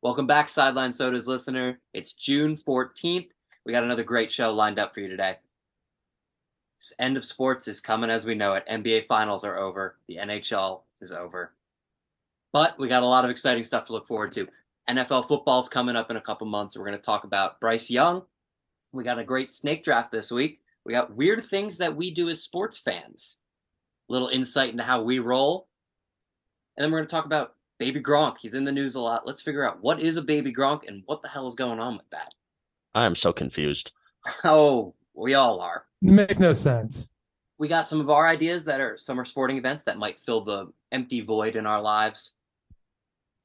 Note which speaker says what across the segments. Speaker 1: Welcome back, Sideline Sodas listener. It's June 14th. We got another great show lined up for you today. This end of sports is coming as we know it. NBA finals are over, the NHL is over. But we got a lot of exciting stuff to look forward to. NFL football's coming up in a couple months. We're going to talk about Bryce Young. We got a great snake draft this week. We got weird things that we do as sports fans. Little insight into how we roll. And then we're going to talk about Baby Gronk. He's in the news a lot. Let's figure out what is a Baby Gronk and what the hell is going on with that.
Speaker 2: I am so confused.
Speaker 1: Oh, we all are.
Speaker 3: It makes no sense.
Speaker 1: we got some of our ideas that are summer sporting events that might fill the empty void in our lives.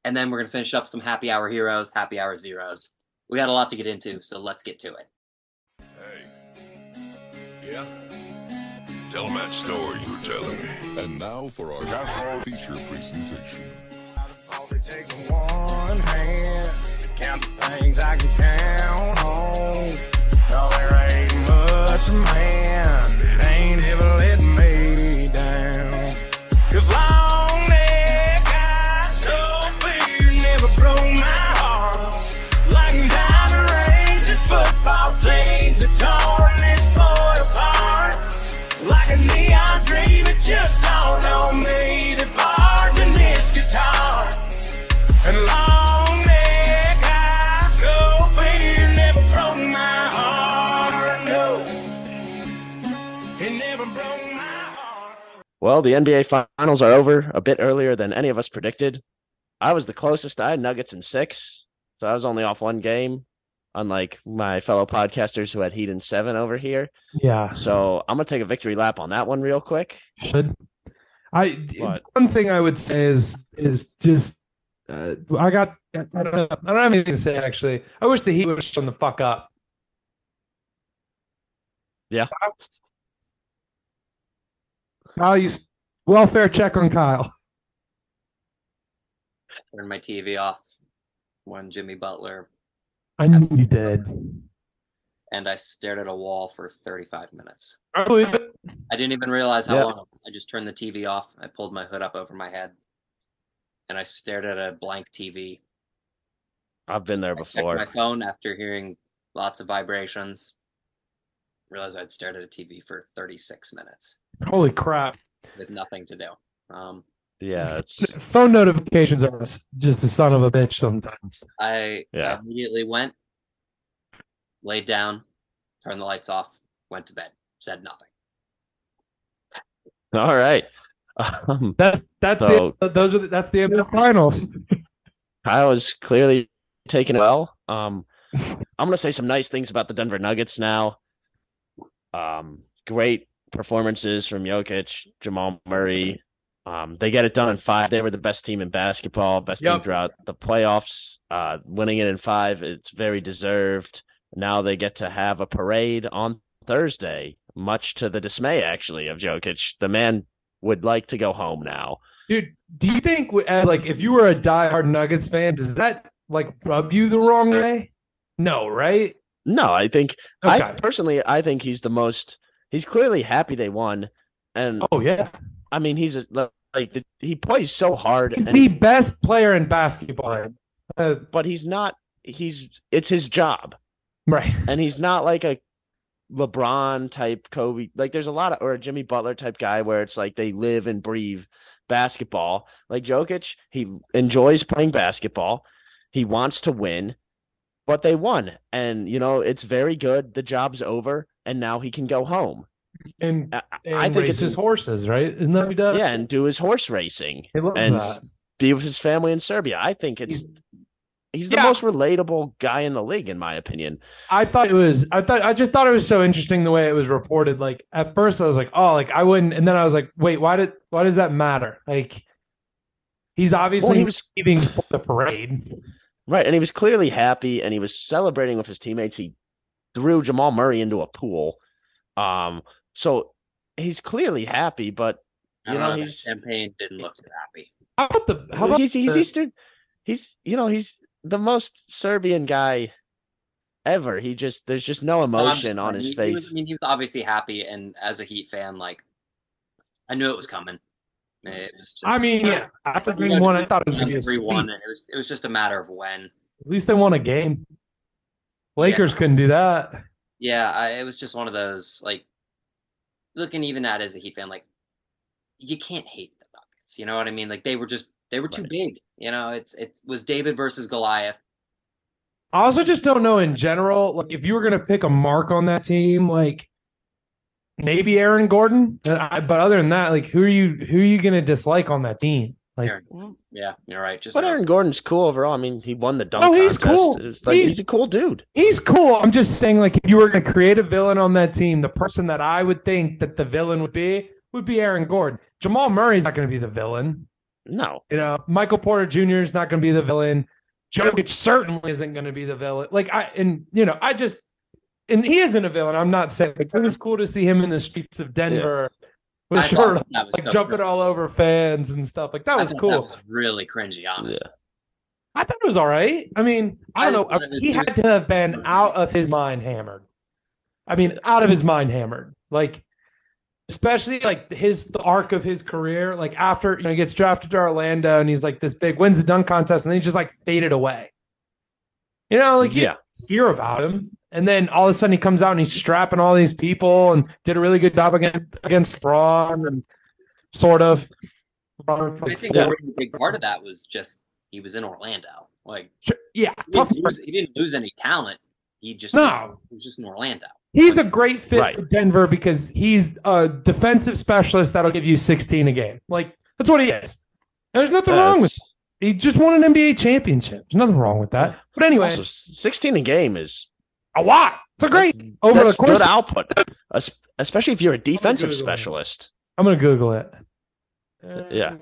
Speaker 1: And then we're going to finish up some happy hour heroes, happy hour zeros. We got a lot to get into, so let's get to it.
Speaker 4: Hey. Yeah? Tell them that story you were telling me.
Speaker 5: And now for our feature presentation.
Speaker 6: Off it takes one hand to count the things I can count on. No, there ain't much man that ain't ever let me down. As long as God's trophy never broke my heart. Like diamond rings and football teams that tore this sport apart. Like a neon dream, it just dawned on me. The bars and this guitar. And long neck eyes go beer never broke my heart, no. It never broke my heart.
Speaker 2: Well, the NBA finals are over a bit earlier than any of us predicted. I was the closest. I had Nuggets in six, so I was only off one game, unlike my fellow podcasters who had Heat in seven over here.
Speaker 3: Yeah,
Speaker 2: So I'm gonna take a victory lap on that one real quick.
Speaker 3: should I?
Speaker 2: What?
Speaker 3: One thing I would say is is just uh, I got I don't know I don't have anything to say actually. I wish the Heat would shut the fuck up.
Speaker 2: Yeah.
Speaker 3: Kyle- Kyle, you s- welfare check on Kyle.
Speaker 1: Turn my TV off when Jimmy Butler,
Speaker 3: I knew you did.
Speaker 1: and I stared at a wall for 35 minutes.
Speaker 3: I believe it.
Speaker 1: I didn't even realize how
Speaker 2: Yeah.
Speaker 1: long. it was. I just turned the TV off. I pulled my hood up over my head, and I stared at a blank TV.
Speaker 2: I've been there
Speaker 1: I checked my
Speaker 2: before.
Speaker 1: phone after hearing lots of vibrations. Realized I'd stared at a TV for 36 minutes
Speaker 3: Holy crap!
Speaker 1: with nothing to do. Um,
Speaker 2: Yeah, it's
Speaker 3: Phone notifications are s- just a son of a bitch sometimes.
Speaker 1: I
Speaker 2: Yeah.
Speaker 1: immediately went, laid down, turned the lights off, went to bed, said nothing.
Speaker 2: all right. Um,
Speaker 3: That's that's
Speaker 2: So-
Speaker 3: the those are the, that's the end of the finals.
Speaker 2: Kyle is clearly taking it well. Um, I'm gonna say some nice things about the Denver Nuggets now. Um, great performances from Jokic, Jamal Murray. Um, they get it done in five. They were the best team in basketball, best team
Speaker 3: Yep.
Speaker 2: throughout the playoffs. Uh, winning it in five, it's very deserved. Now they get to have a parade on Thursday, much to the dismay actually of Jokic. The man would like to go home now.
Speaker 3: Dude, do you think uh, like if you were a diehard Nuggets fan, does that like rub you the wrong way? No, right?
Speaker 2: No, I think
Speaker 3: Okay.
Speaker 2: I personally, I think he's the most. He's clearly happy they won, and
Speaker 3: oh yeah,
Speaker 2: I mean, he's a, like the, he plays so hard,
Speaker 3: he's
Speaker 2: and,
Speaker 3: the best player in basketball. Uh,
Speaker 2: but he's not. He's it's his job,
Speaker 3: right?
Speaker 2: and he's not like a LeBron type Kobe. Like there's a lot of or a Jimmy Butler type guy where it's like they live and breathe basketball. Like Jokic, he enjoys playing basketball. He wants to win, but they won, and you know it's very good. The job's over, and now he can go home.
Speaker 3: And,
Speaker 2: I,
Speaker 3: and
Speaker 2: I think it's
Speaker 3: races horses, right? Isn't that what he does?
Speaker 2: yeah, and do his horse racing,
Speaker 3: he loves
Speaker 2: and
Speaker 3: that.
Speaker 2: be with his family in Serbia. I think it's he's the
Speaker 3: Yeah.
Speaker 2: most relatable guy in the league, in my opinion.
Speaker 3: I thought it was. I thought I just thought it was so interesting the way it was reported. Like at first, I was like, "Oh, like I wouldn't," and then I was like, "Wait, why did? Why does that matter?" Like he's obviously
Speaker 2: Well, he was
Speaker 3: leaving for the parade.
Speaker 2: right, and he was clearly happy, and he was celebrating with his teammates. He threw Jamal Murray into a pool, um, so he's clearly happy. But
Speaker 1: I
Speaker 2: You
Speaker 1: don't
Speaker 2: know,
Speaker 1: know, that
Speaker 2: he's-
Speaker 1: champagne didn't look too happy.
Speaker 3: How about the? How about
Speaker 2: he's he's
Speaker 3: the-
Speaker 2: Eastern. He's you know he's the most Serbian guy ever. He just there's just no
Speaker 1: No, I'm
Speaker 2: emotion
Speaker 1: just
Speaker 2: on
Speaker 1: saying,
Speaker 2: his
Speaker 1: he- he was-
Speaker 2: face.
Speaker 1: I mean, he was obviously happy, and as a Heat fan, like I knew it was coming. It was. Just,
Speaker 3: I mean, yeah, after game one, I thought it was going to be a
Speaker 1: everyone.
Speaker 3: sweep.
Speaker 1: It was, it was just a matter of when.
Speaker 3: At least they won a game. Lakers couldn't do that.
Speaker 1: Yeah, I, it was just one of those like looking even at it as a Heat fan, like you can't hate the Nuggets. You know what I mean? Like they were just they were too
Speaker 2: Right.
Speaker 1: big. You know, it's it was David versus Goliath.
Speaker 3: I also just don't know in general. Like, if you were going to pick a mark on that team, like maybe Aaron Gordon, but I- but other than that, like who are you who are you going to dislike on that team? Like,
Speaker 1: Aaron. Yeah, you're right. Just
Speaker 2: But
Speaker 1: no-
Speaker 2: Aaron Gordon's cool overall. I mean, he won the dunk.
Speaker 3: No, Oh, he's
Speaker 2: contest.
Speaker 3: cool.
Speaker 2: It was like,
Speaker 3: He-
Speaker 2: he's a cool dude.
Speaker 3: he's cool. I'm just saying, like, if you were going to create a villain on that team, the person that I would think that the villain would be would be Aaron Gordon. Jamal Murray's not going to be the villain.
Speaker 2: No,
Speaker 3: You know, Michael Porter Jr. is not going to be the villain. Jokic certainly isn't going to be the villain. Like I and you know, I just and he isn't a villain. I'm not saying like, it was cool to see him in the streets of Denver with a
Speaker 1: I
Speaker 3: shirt
Speaker 1: thought
Speaker 3: on,
Speaker 1: that was
Speaker 3: like
Speaker 1: so
Speaker 3: jumping
Speaker 1: cringe.
Speaker 3: all over fans and stuff. Like that
Speaker 1: I
Speaker 3: was
Speaker 1: thought
Speaker 3: cool.
Speaker 1: was really cringy, honestly.
Speaker 3: I thought it was all right. I mean, I
Speaker 1: I
Speaker 3: don't
Speaker 1: thought it
Speaker 3: know.
Speaker 1: was
Speaker 3: He
Speaker 1: good.
Speaker 3: had to have been out of his mind hammered. I mean, out of his mind hammered. Like, especially like his the arc of his career. Like after you know he gets drafted to Orlando and he's like this big wins the dunk contest and then he just like faded away. You know, like you
Speaker 2: yeah,
Speaker 3: hear about him, and then all of a sudden he comes out and he's strapping all these people and did a really good job against against Braun and sort of. Braun,
Speaker 1: I think
Speaker 2: Yeah.
Speaker 1: a really big part of that was just he was in Orlando. Like
Speaker 3: yeah,
Speaker 1: he
Speaker 3: tough.
Speaker 1: didn't, lose, he didn't lose any talent. He just
Speaker 3: No,
Speaker 1: he was just in Orlando.
Speaker 3: He's a great fit
Speaker 2: Right.
Speaker 3: for Denver because he's a defensive specialist that'll give you 16 a game. Like that's what he is. There's nothing wrong with. It. He just won an NBA championship. There's nothing wrong with that. But anyways,
Speaker 2: Also, sixteen a game is
Speaker 3: a lot. It's a great over the
Speaker 2: that's
Speaker 3: course.
Speaker 2: good output, es- especially if you're a defensive
Speaker 3: Google it.
Speaker 2: specialist.
Speaker 3: I'm gonna Google it.
Speaker 2: Yeah.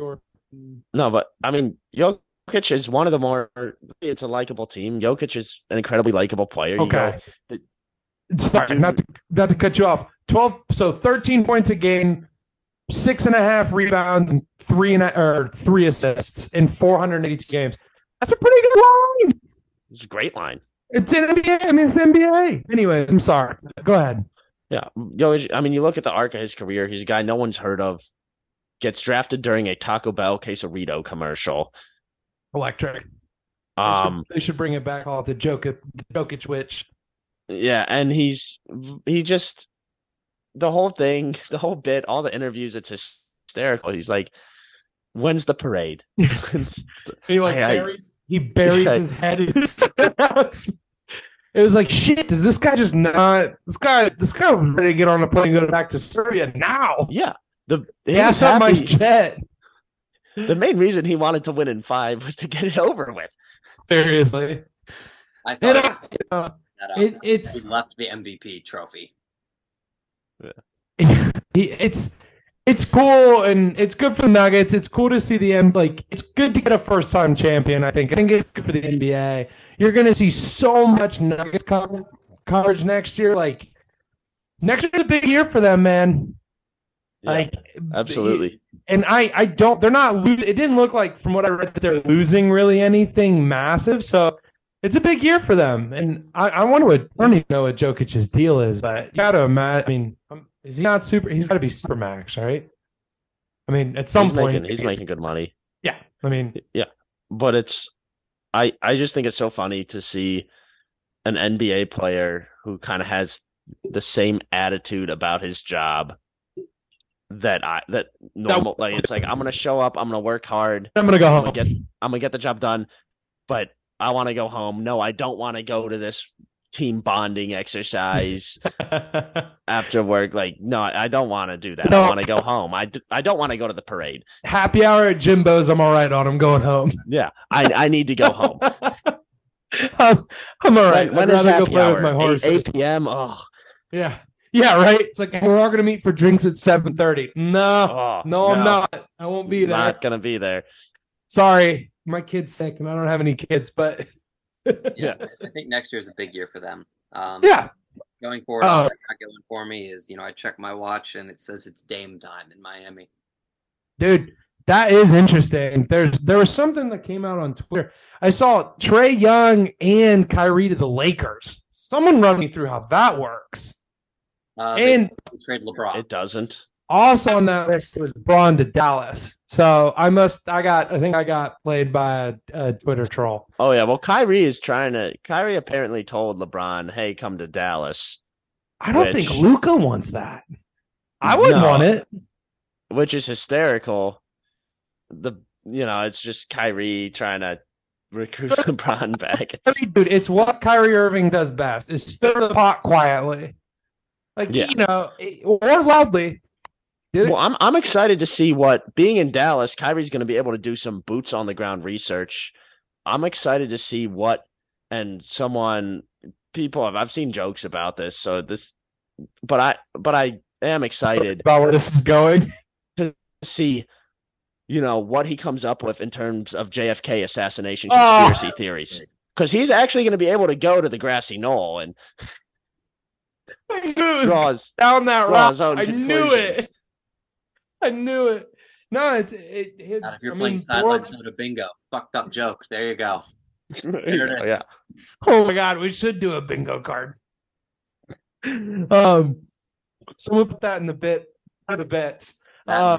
Speaker 2: No, but I mean, Jokic is one of the more. It's a likable team. Jokic is an incredibly likable player. You know,
Speaker 3: Okay.
Speaker 2: the-
Speaker 3: Sorry, not to, not to cut you off. Twelve, so thirteen points a game, six and a half rebounds, and three and a, or three assists in 482 games. That's a pretty good line.
Speaker 2: it's a great line.
Speaker 3: It's an NBA. I mean, it's the NBA. Anyways, I'm sorry. Go ahead.
Speaker 2: Yeah, yo, I mean, you look at the arc of his career. He's a guy no one's heard of. Gets drafted during a Taco Bell quesarito commercial.
Speaker 3: Electric.
Speaker 2: Um,
Speaker 3: they should bring it back all to Jokic, Jokic Witch.
Speaker 2: yeah, and he's he just the whole thing, the whole bit, all the interviews. It's hysterical. He's like, "When's the parade?" It's-
Speaker 3: He like
Speaker 2: I- I-
Speaker 3: buries. He buries
Speaker 2: Yeah.
Speaker 3: his head in his sandwich. It was like shit. Does this guy just not? This guy. This guy was ready to get on a plane and go back to Serbia now.
Speaker 2: yeah, the
Speaker 3: Yeah,
Speaker 2: he's
Speaker 3: so my
Speaker 2: happy-
Speaker 3: jet.
Speaker 2: the main reason he wanted to win in five was to get it over with.
Speaker 3: Seriously.
Speaker 1: I thought
Speaker 3: And I, you know,
Speaker 1: that up.
Speaker 3: it,
Speaker 1: he
Speaker 3: it's
Speaker 1: left the MVP trophy.
Speaker 3: He- it's it's cool and it's good for the Nuggets. It's cool to see the end. Like it's good to get a first time champion. I think. I think it's good for the NBA. You're gonna see so much Nuggets cover- coverage next year. Like next year's a big year for them, man.
Speaker 2: Yeah,
Speaker 3: like
Speaker 2: absolutely.
Speaker 3: and I I don't they're not lo- it didn't look like from what I read that they're losing really anything massive so it's a big year for them and I I want to I don't even know what Jokic's deal is but you gotta imagine I mean um, is he not super he's got to be super max right I mean at some
Speaker 2: he's
Speaker 3: point
Speaker 2: making, he's making good money.
Speaker 3: yeah I mean
Speaker 2: yeah but it's i i just think it's so funny to see an nba player who kind of has the same attitude about his job that i that normal like it's like i'm gonna show up i'm gonna work hard
Speaker 3: I'm gonna go
Speaker 2: i'm
Speaker 3: home
Speaker 2: gonna get i'm gonna get the job done but i want to go home no i don't want to go to this team bonding exercise after work like no i don't want to do that
Speaker 3: No.
Speaker 2: i want to go home I d- I don't want to go to the parade
Speaker 3: happy hour at Jimbo's I'm all right on I'm going home
Speaker 2: yeah i i need to go home
Speaker 3: I'm, I'm all right
Speaker 2: When- when
Speaker 3: I'd
Speaker 2: is
Speaker 3: rather go
Speaker 2: happy
Speaker 3: play with
Speaker 2: hour?
Speaker 3: my horse
Speaker 2: 8, 8 p.m. Oh,
Speaker 3: yeah yeah right it's like we're all gonna meet for drinks at 7:30 no.
Speaker 2: oh,
Speaker 3: No, I'm not. I won't be there.
Speaker 2: Not gonna be there.
Speaker 3: Sorry, my kid's sick, and I don't have any kids. But
Speaker 1: Yeah, I think next year's a big year for them. Um,
Speaker 3: yeah,
Speaker 1: Going forward,
Speaker 3: Oh.
Speaker 1: what's not going for me is you know I check my watch and it says it's Dame time in Miami.
Speaker 3: dude, that is interesting. There's there was something that came out on Twitter. I saw Trey Young and Kyrie to the Lakers. Someone run me through how that works.
Speaker 1: Uh, they
Speaker 3: And
Speaker 1: trade LeBron.
Speaker 2: It doesn't.
Speaker 3: Also on that list was Braun to Dallas. So I must, I got, I think I got played by a, a Twitter troll.
Speaker 2: Oh yeah, well Kyrie is trying to. Kyrie apparently told LeBron, "Hey, come to Dallas,"
Speaker 3: I don't
Speaker 2: Which-
Speaker 3: think Luca wants that. I wouldn't
Speaker 2: No.
Speaker 3: want it.
Speaker 2: which is hysterical. The you know it's just Kyrie trying to recruit LeBron back. It's-
Speaker 3: Kyrie, dude, it's what Kyrie Irving does best: is stir the pot quietly, like
Speaker 2: Yeah.
Speaker 3: you know, or loudly. Did it-
Speaker 2: Well, I'm I'm excited to see what being in Dallas, Kyrie's going to be able to do some boots on the ground research. I'm excited to see what and someone people have I've seen jokes about this, so this but I but I am excited
Speaker 3: about where this is going.
Speaker 2: to see you know what he comes up with in terms of JFK assassination
Speaker 3: Oh.
Speaker 2: conspiracy theories. Cuz he's actually going to be able to go to the grassy knoll and
Speaker 3: I knew it was
Speaker 2: draw his
Speaker 3: down that
Speaker 2: draw
Speaker 3: route.
Speaker 2: his own
Speaker 3: I knew
Speaker 2: conclusions.
Speaker 3: it. I knew it. No, it's it. it
Speaker 1: Not if you're
Speaker 3: I
Speaker 1: playing
Speaker 3: mean,
Speaker 1: sideline
Speaker 3: world's-
Speaker 1: soda bingo. Fucked up joke. There you go.
Speaker 2: There
Speaker 1: it
Speaker 2: you go,
Speaker 1: is.
Speaker 2: yeah.
Speaker 3: Oh my god, we should do a bingo card. Um, someone put that in the bit for the bets. Uh,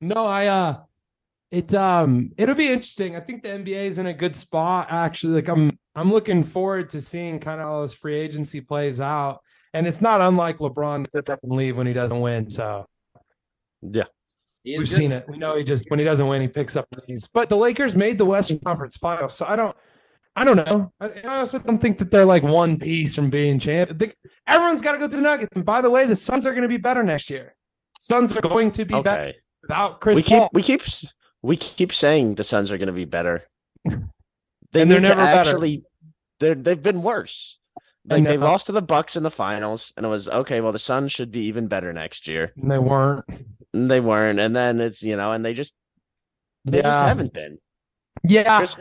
Speaker 3: No, I uh it's um it'll be interesting. I think the NBA is in a good spot actually. Like I'm I'm looking forward to seeing kind of how this free agency plays out. And it's not unlike LeBron to sit up and leave when he doesn't win. So
Speaker 1: He is
Speaker 3: we've
Speaker 1: good.
Speaker 3: seen it. We know he just when he doesn't win, he picks up and leaves. But the Lakers made the Western Conference Finals, so I don't I don't know. I, I also don't think that they're like one piece from being champ. I think everyone's got to go through the Nuggets. And by the way, the Suns are going to be better next year. Suns are going to be better
Speaker 2: Okay.
Speaker 3: without Chris
Speaker 2: we keep
Speaker 3: Paul.
Speaker 2: we keep s- we keep saying the Suns are going to be better. They
Speaker 3: And
Speaker 2: need to
Speaker 3: they're never better.
Speaker 2: actually, better. They they've been worse.
Speaker 3: I
Speaker 2: Like they
Speaker 3: know.
Speaker 2: lost to the Bucks in the finals, and it was okay. Well, the Suns should be even better next year.
Speaker 3: And they weren't.
Speaker 2: And they weren't, and then it's you know, and they just they just
Speaker 3: Yeah. Ah.
Speaker 2: haven't been.
Speaker 3: Yeah.
Speaker 2: Chris-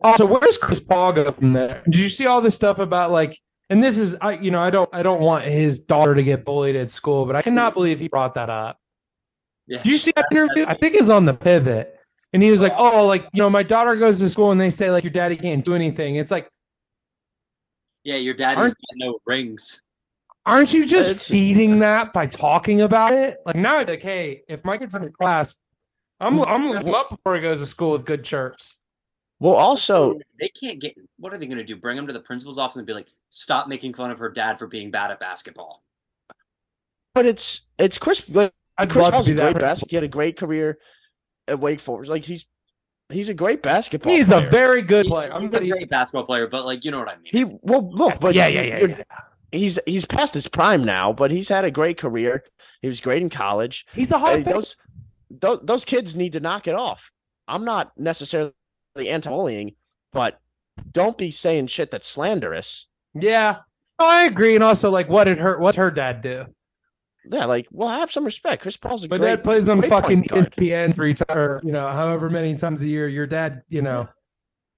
Speaker 3: also, where's Chris Paul go from there? Do you see all this stuff about like? And this is, I you know, I don't, I don't want his daughter to get bullied at school, but I cannot believe he brought that up.
Speaker 1: Yeah.
Speaker 3: Do you see that interview? I think it was on the pivot, and he was like, "Oh, like you know, my daughter goes to school, and they say like your daddy can't do anything." It's like,
Speaker 1: Yeah, your daddy's
Speaker 3: Aren't-
Speaker 1: got no rings.
Speaker 3: aren't you just
Speaker 2: It's-
Speaker 3: feeding that by talking about it? Like now, it's like, hey, if my kid's in class, I'm, I'm looking him up before he goes to school with good chirps.
Speaker 2: Well, also
Speaker 1: They can't get. What are they going to do? Bring him to the principal's office and be like, "Stop making fun of her dad for being bad at basketball."
Speaker 2: But it's it's Chris. Like,
Speaker 3: I'd
Speaker 2: Chris
Speaker 3: love to
Speaker 2: Paul's
Speaker 3: be
Speaker 2: a great
Speaker 3: that.
Speaker 2: basketball. He had a great career at Wake Forest. Like he's he's a great basketball.
Speaker 3: He's
Speaker 2: player.
Speaker 3: a very good
Speaker 1: He's
Speaker 3: player. I'm
Speaker 1: a
Speaker 3: gonna
Speaker 1: great basketball player, but like, you know what I mean.
Speaker 2: he
Speaker 1: It's-
Speaker 2: well look, but
Speaker 3: yeah, yeah, yeah,
Speaker 2: you're-
Speaker 3: yeah.
Speaker 2: he's he's past his prime now, but he's had a great career. He was great in college.
Speaker 3: He's a
Speaker 2: Hey,
Speaker 3: hall of Famer.
Speaker 2: those, those those kids need to knock it off. I'm not necessarily anti-bullying, but don't be saying shit that's slanderous.
Speaker 3: Yeah, oh, I agree. And also, like, what did her? What's her dad do?
Speaker 2: Yeah, like well, have some respect. Chris Paul's a
Speaker 3: My
Speaker 2: great.
Speaker 3: dad plays on
Speaker 2: great point
Speaker 3: fucking E
Speaker 2: guard.
Speaker 3: ESPN three times, or you know, however many times a year. Your dad, you know,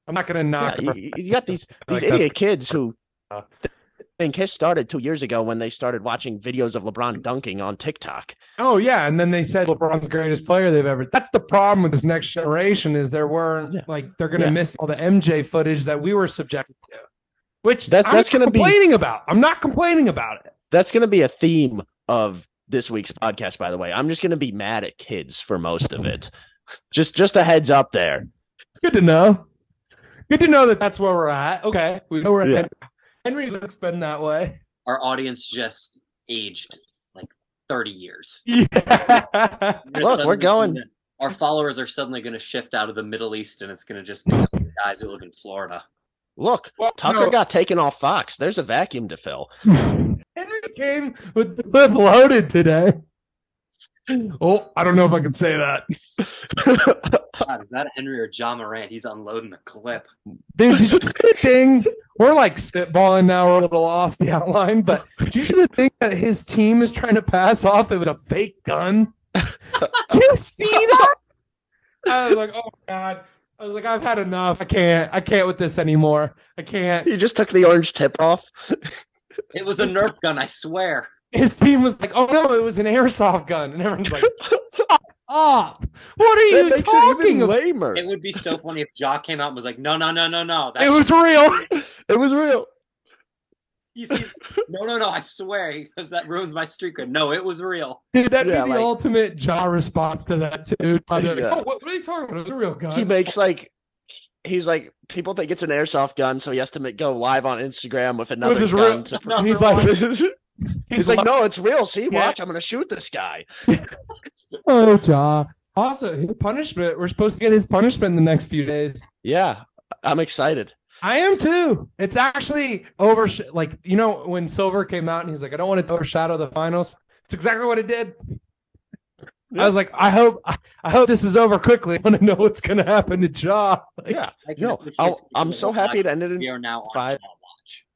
Speaker 3: I'm not gonna
Speaker 2: Yeah,
Speaker 3: knock.
Speaker 2: you,
Speaker 3: her.
Speaker 2: you- you got these
Speaker 3: I
Speaker 2: these
Speaker 3: like
Speaker 2: idiot kids who
Speaker 3: Uh.
Speaker 2: th- think his started two years ago when they started watching videos of LeBron dunking on TikTok.
Speaker 3: Oh yeah, and then they said LeBron's the greatest player they've ever. That's the problem with this next generation is there weren't
Speaker 2: Yeah.
Speaker 3: like they're gonna
Speaker 2: Yeah.
Speaker 3: miss all the MJ footage that we were subjected to, which
Speaker 2: That-
Speaker 3: I'm
Speaker 2: that's
Speaker 3: not
Speaker 2: gonna be-
Speaker 3: complaining about. I'm not complaining about it.
Speaker 2: That's going to be a theme of this week's podcast. By the way, I'm just going to be mad at kids for most of it. just just a heads up there.
Speaker 3: Good to know. Good to know that that's where we're at. Okay, we know we're
Speaker 2: Yeah.
Speaker 3: at. Henry's always been that way.
Speaker 1: Our audience just aged like thirty years.
Speaker 3: Yeah.
Speaker 1: We're gonna
Speaker 2: Look, we're
Speaker 1: suddenly see
Speaker 2: going-
Speaker 1: that Our followers are suddenly going to shift out of the Middle East, and it's going to just be guys who live in Florida.
Speaker 2: Look,
Speaker 3: Well,
Speaker 2: Tucker
Speaker 3: no,
Speaker 2: got taken off Fox. There's a vacuum to fill.
Speaker 3: Henry came with the clip loaded today. Oh, I don't know if I can say that.
Speaker 1: God, is that Henry or John Morant? He's unloading the clip.
Speaker 3: Dude, did you see the thing? We're like spitballing now. We're a little off the outline, but did you see the thing that his team is trying to pass off? It was a fake gun. did you see that? I was like, oh my god. I was like, I've had enough. I can't. I can't with this anymore. I can't.
Speaker 2: you just took the orange tip off.
Speaker 1: It was a Nerf gun, I swear.
Speaker 3: his team was like, "Oh no, it was an airsoft gun," and everyone's like, "Up! What are you talking about?
Speaker 2: lamer.
Speaker 1: It would be so funny if Jaw came out and was like, "No, no, no, no, no."
Speaker 3: It
Speaker 1: That's
Speaker 3: was real."
Speaker 2: It was real.
Speaker 1: He sees, no, no, no, I swear, because that ruins my streak. No, it was real.
Speaker 3: Dude, that'd
Speaker 2: Yeah,
Speaker 3: be the
Speaker 2: like-
Speaker 3: ultimate jaw response to that too. I'd be like,
Speaker 2: Yeah.
Speaker 3: oh, what, what are you talking about? It's a real
Speaker 2: he
Speaker 3: gun.
Speaker 2: makes like he's like people think it's an airsoft gun, so he has to make, go live on Instagram with another
Speaker 3: his
Speaker 2: gun.
Speaker 3: real-
Speaker 2: to-
Speaker 3: And he's like,
Speaker 2: he's, like,
Speaker 3: like,
Speaker 2: no, it's real. See,
Speaker 3: Yeah.
Speaker 2: watch, I'm gonna shoot this guy.
Speaker 3: oh, jaw. Also, his punishment. We're supposed to get his punishment in the next few days.
Speaker 2: Yeah, I'm excited.
Speaker 3: I am too. It's actually over. Like you know, when Silver came out and he's like, "I don't want it to overshadow the finals." It's exactly what it did. I was like, "I hope, I, I hope this is over quickly. I want to know what's going to happen to Jaw." Like,
Speaker 2: Yeah.
Speaker 1: I can
Speaker 2: No,
Speaker 1: officially
Speaker 2: I'll,
Speaker 1: speak
Speaker 2: I'm
Speaker 1: to
Speaker 2: so
Speaker 1: the fact
Speaker 2: happy it ended
Speaker 1: that
Speaker 2: in
Speaker 1: We are now on
Speaker 2: five.
Speaker 1: Jaw watch.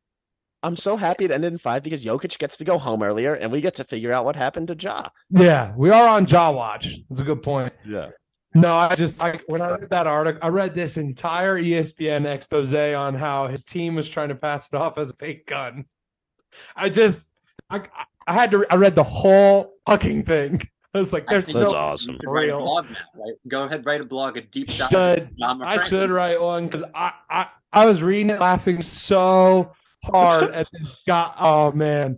Speaker 2: I'm so happy it ended in five because Jokic gets to go home earlier and we get to figure out what happened to Ja.
Speaker 3: yeah, we are on Jaw watch. That's a good point.
Speaker 2: Yeah.
Speaker 3: No, I just I, when I read that article, I read this entire E ESPN expose on how his team was trying to pass it off as a fake gun. I just, I, I had to. I read the whole fucking thing. I was like,
Speaker 1: I
Speaker 3: "There's
Speaker 1: think
Speaker 3: no
Speaker 2: That's
Speaker 1: you
Speaker 2: awesome.
Speaker 1: should write a
Speaker 3: Real.
Speaker 1: blog now, right? Go ahead, write a blog, a deep dive.
Speaker 3: Should.
Speaker 1: John
Speaker 3: I
Speaker 1: McCracken.
Speaker 3: should write one because I, I I was reading it laughing so hard at this guy. Oh man,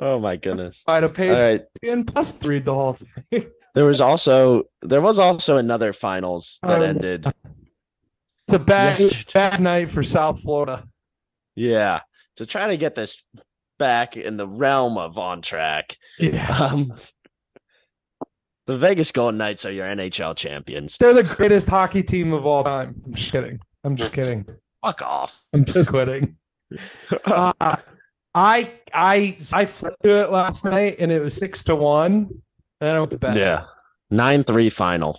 Speaker 2: Oh my goodness.
Speaker 3: I'd have
Speaker 2: All
Speaker 3: paid
Speaker 2: right.
Speaker 3: ten plus to read the whole thing.
Speaker 2: There was also there was also another finals that
Speaker 3: Um,
Speaker 2: ended.
Speaker 3: It's a bad
Speaker 2: Yes.
Speaker 3: bad night for South Florida.
Speaker 2: Yeah. To try to get this back in the realm of on track.
Speaker 3: Yeah,
Speaker 2: Um The Vegas Golden Knights are your NHL champions.
Speaker 3: they're the greatest hockey team of all time. I'm just kidding. I'm just kidding.
Speaker 2: Fuck off.
Speaker 3: I'm just kidding. Uh, I I I flipped to it last night and it was six to one. And I went to bed.
Speaker 2: Yeah. Nine three final.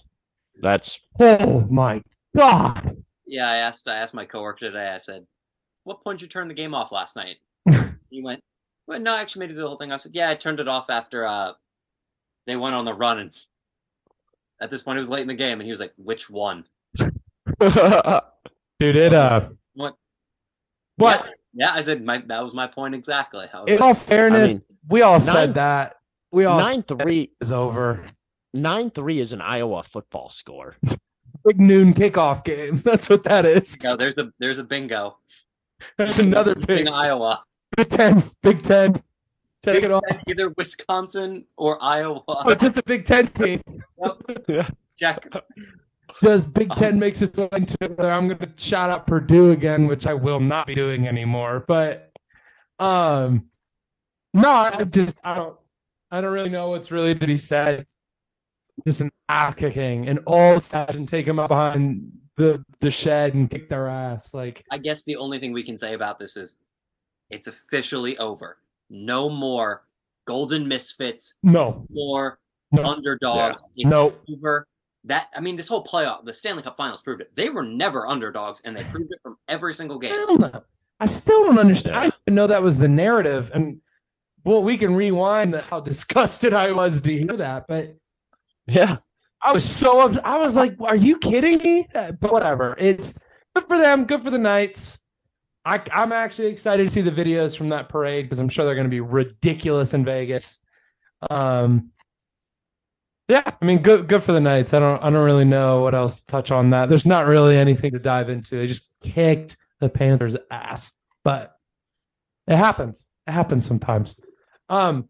Speaker 2: That's
Speaker 3: Oh my god.
Speaker 1: Yeah, I asked. I asked my coworker today. I said, "What point did you turn the game off last night?" he went, "Well, no, I actually made it through the whole thing." I said, "Yeah, I turned it off after uh, they went on the run." And at this point, it was late in the game, and he was like, "Which one?"
Speaker 3: Dude, it uh
Speaker 1: What?
Speaker 3: What?
Speaker 1: Yeah, I said, my, "That was my point exactly." I was
Speaker 3: In
Speaker 1: like,
Speaker 3: all fairness,
Speaker 2: I mean,
Speaker 3: we all
Speaker 2: nine-
Speaker 3: said that. We all said
Speaker 2: nine three
Speaker 3: it was over.
Speaker 2: nine three is an Iowa football score.
Speaker 3: Big noon kickoff game. That's what that is.
Speaker 1: no, there's a there's a bingo.
Speaker 3: That's another big
Speaker 1: in Iowa.
Speaker 3: Big Ten. Big Ten. Take it off.
Speaker 1: Either Wisconsin or
Speaker 3: Oh,
Speaker 1: Iowa.
Speaker 3: just the Big Ten team.
Speaker 1: Check.
Speaker 3: Does Big Ten makes its own together? I'm going to shout out Purdue again, which I will not be doing anymore. But um, no, I just I don't I don't really know what's really to be said. Just an ass kicking, an old fashioned take them out behind the the shed and kick their ass. Like
Speaker 1: I guess the only thing we can say about this is it's officially over. No more golden misfits
Speaker 3: no,
Speaker 1: or
Speaker 3: No.
Speaker 1: underdogs. It's
Speaker 3: no,
Speaker 1: over. That I mean, this whole playoff, the Stanley Cup Finals proved it. They were never underdogs, and they proved it from every single game.
Speaker 3: Hell no. I still don't understand. I didn't know that was the narrative. And well, we can rewind how disgusted I was to hear that. But
Speaker 2: Yeah.
Speaker 3: I was so ups- I was like, "Are you kidding me?" Uh, But whatever. It's good for them. Good for the Knights. I, I'm actually excited to see the videos from that parade because I'm sure they're going to be ridiculous in Vegas. Um, yeah, I mean, good good for the Knights. I don't I don't really know what else to touch on that. There's not really anything to dive into. They just kicked the Panthers' ass, but it happens. It happens sometimes. Um,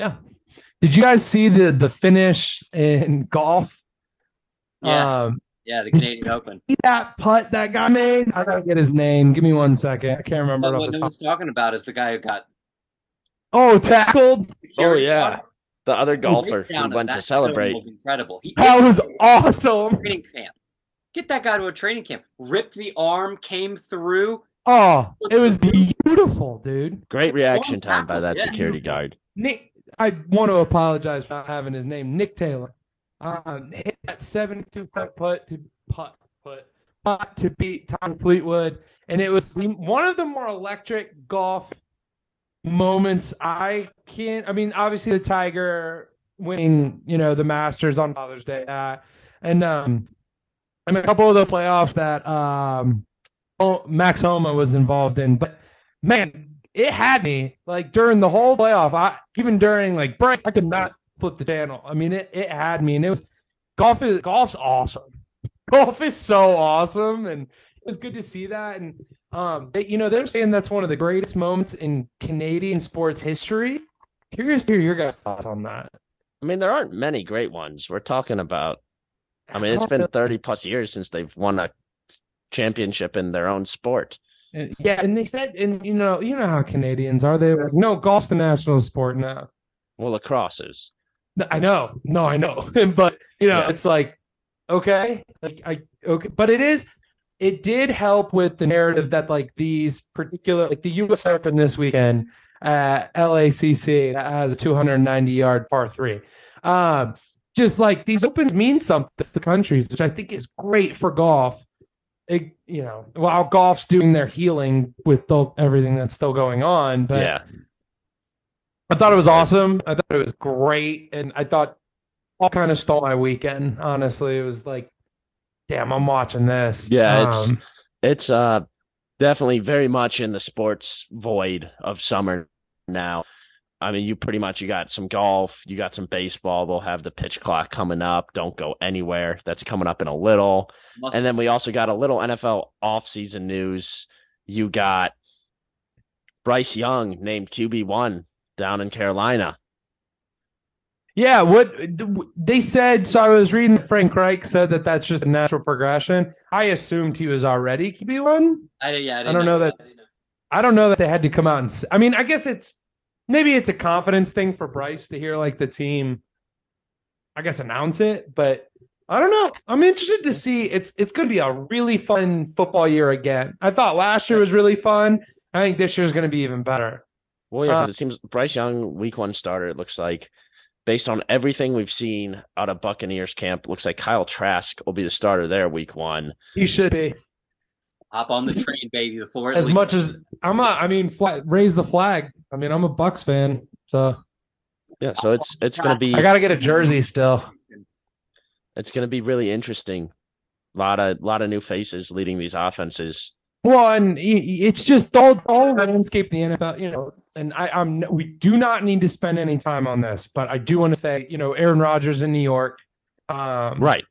Speaker 3: yeah. Did you guys see the the finish in golf?
Speaker 1: Yeah,
Speaker 3: Um,
Speaker 1: yeah, the
Speaker 3: did
Speaker 1: Canadian
Speaker 3: you-
Speaker 1: Open.
Speaker 3: see that putt that guy made? I gotta get his name. Give me one second. I can't remember.
Speaker 1: But
Speaker 3: it off
Speaker 1: what
Speaker 3: the
Speaker 1: no
Speaker 3: top.
Speaker 1: one's talking about is the guy who got.
Speaker 3: Oh, tackled.
Speaker 2: Oh yeah. The other
Speaker 1: The
Speaker 2: golfer
Speaker 1: breakdown
Speaker 2: who
Speaker 1: of
Speaker 2: went
Speaker 1: that
Speaker 2: to
Speaker 1: film
Speaker 2: celebrate.
Speaker 1: was incredible. He
Speaker 3: That was awesome.
Speaker 1: training camp. Get that guy to a training camp. Ripped the arm, came through.
Speaker 3: Oh, it was beautiful, dude.
Speaker 2: Great reaction time by that
Speaker 1: Yeah.
Speaker 2: security guard.
Speaker 3: Nick, I want to apologize for not having his name. Nick Taylor um, hit that seventy-two putt putt to putt putt putt to beat Tom Fleetwood, and it was one of the more electric golf moments. I can't. I mean, obviously the Tiger winning, you know, the Masters on Father's Day, uh, and um, and a couple of the playoffs that um, oh, Max Homa was involved in, but man, it had me like during the whole playoff. I even during like break, I could not flip the channel. I mean, it, it had me, and it was golf is golf's awesome. Golf is so awesome, and was good to see that, and um, they, you know, they're saying that's one of the greatest moments in Canadian sports history. Curious to hear your guys' thoughts on that.
Speaker 2: I mean, there aren't many great ones. We're talking about. I mean, it's been thirty plus years since they've won a championship in their own sport.
Speaker 3: And- yeah, and they said, and you know, you know how Canadians are. They were like, no, golf's the national sport now.
Speaker 2: Well, lacrosse is.
Speaker 3: No, I know, no, I know, but you know,
Speaker 2: Yeah.
Speaker 3: it's like okay, like I okay, but it is. It did help with the narrative that like these particular, like the U.S. Open this weekend at LACC that has a 290 yard par three. Um, just like these opens mean something to the countries, which I think is great for golf. It, you know, while golf's doing their healing with the, everything that's still going on, but
Speaker 2: yeah,
Speaker 3: I thought it was awesome. I thought it was great, and I thought all kind of stole my weekend. Honestly, it was like, damn, I'm watching this. Um,
Speaker 2: Yeah, it's- it's uh definitely very much in the sports void of summer now. I mean, you pretty much you got some golf, you got some baseball. We'll have the pitch clock coming up. Don't go anywhere. That's coming up in a little.
Speaker 1: Must-
Speaker 2: And then we also got a little NFL offseason news. You got Bryce Young named QB1 down in Carolina.
Speaker 3: yeah. What they said. So I was reading that Frank Reich said that that's just a natural progression. I assumed he was already QB one.
Speaker 1: I, yeah, I, didn't
Speaker 3: don't know that-
Speaker 1: I didn't know.
Speaker 3: I don't know that they had to come out and. s- I mean, I guess it's maybe it's a confidence thing for Bryce to hear like the team, I guess, announce it. But I don't know. I'm interested to see. It's it's going to be a really fun football year again. I thought last year was really fun. I think this year's going to be even better.
Speaker 2: Well, yeah, 'cause
Speaker 3: Uh,
Speaker 2: it seems Bryce Young, week one starter, it looks like, based on everything we've seen out of Buccaneers camp, looks like Kyle Trask will be the starter there week one.
Speaker 3: He should be
Speaker 1: Hop on the train, baby. Before it
Speaker 3: as
Speaker 1: leaves.
Speaker 3: much as I'm. A, I mean, fla raise the flag. I mean, I'm a Bucks fan, so
Speaker 2: Yeah, so it's it's gonna be
Speaker 3: I got to get a jersey still.
Speaker 2: it's gonna be really interesting. Lot of lot of new faces leading these offenses.
Speaker 3: Well, and i- i- it's just the whole, the whole landscape of the NFL, you know. And I, I'm we do not need to spend any time on this, but I do want to say, you know, Aaron Rodgers in New York. Um,
Speaker 2: Right.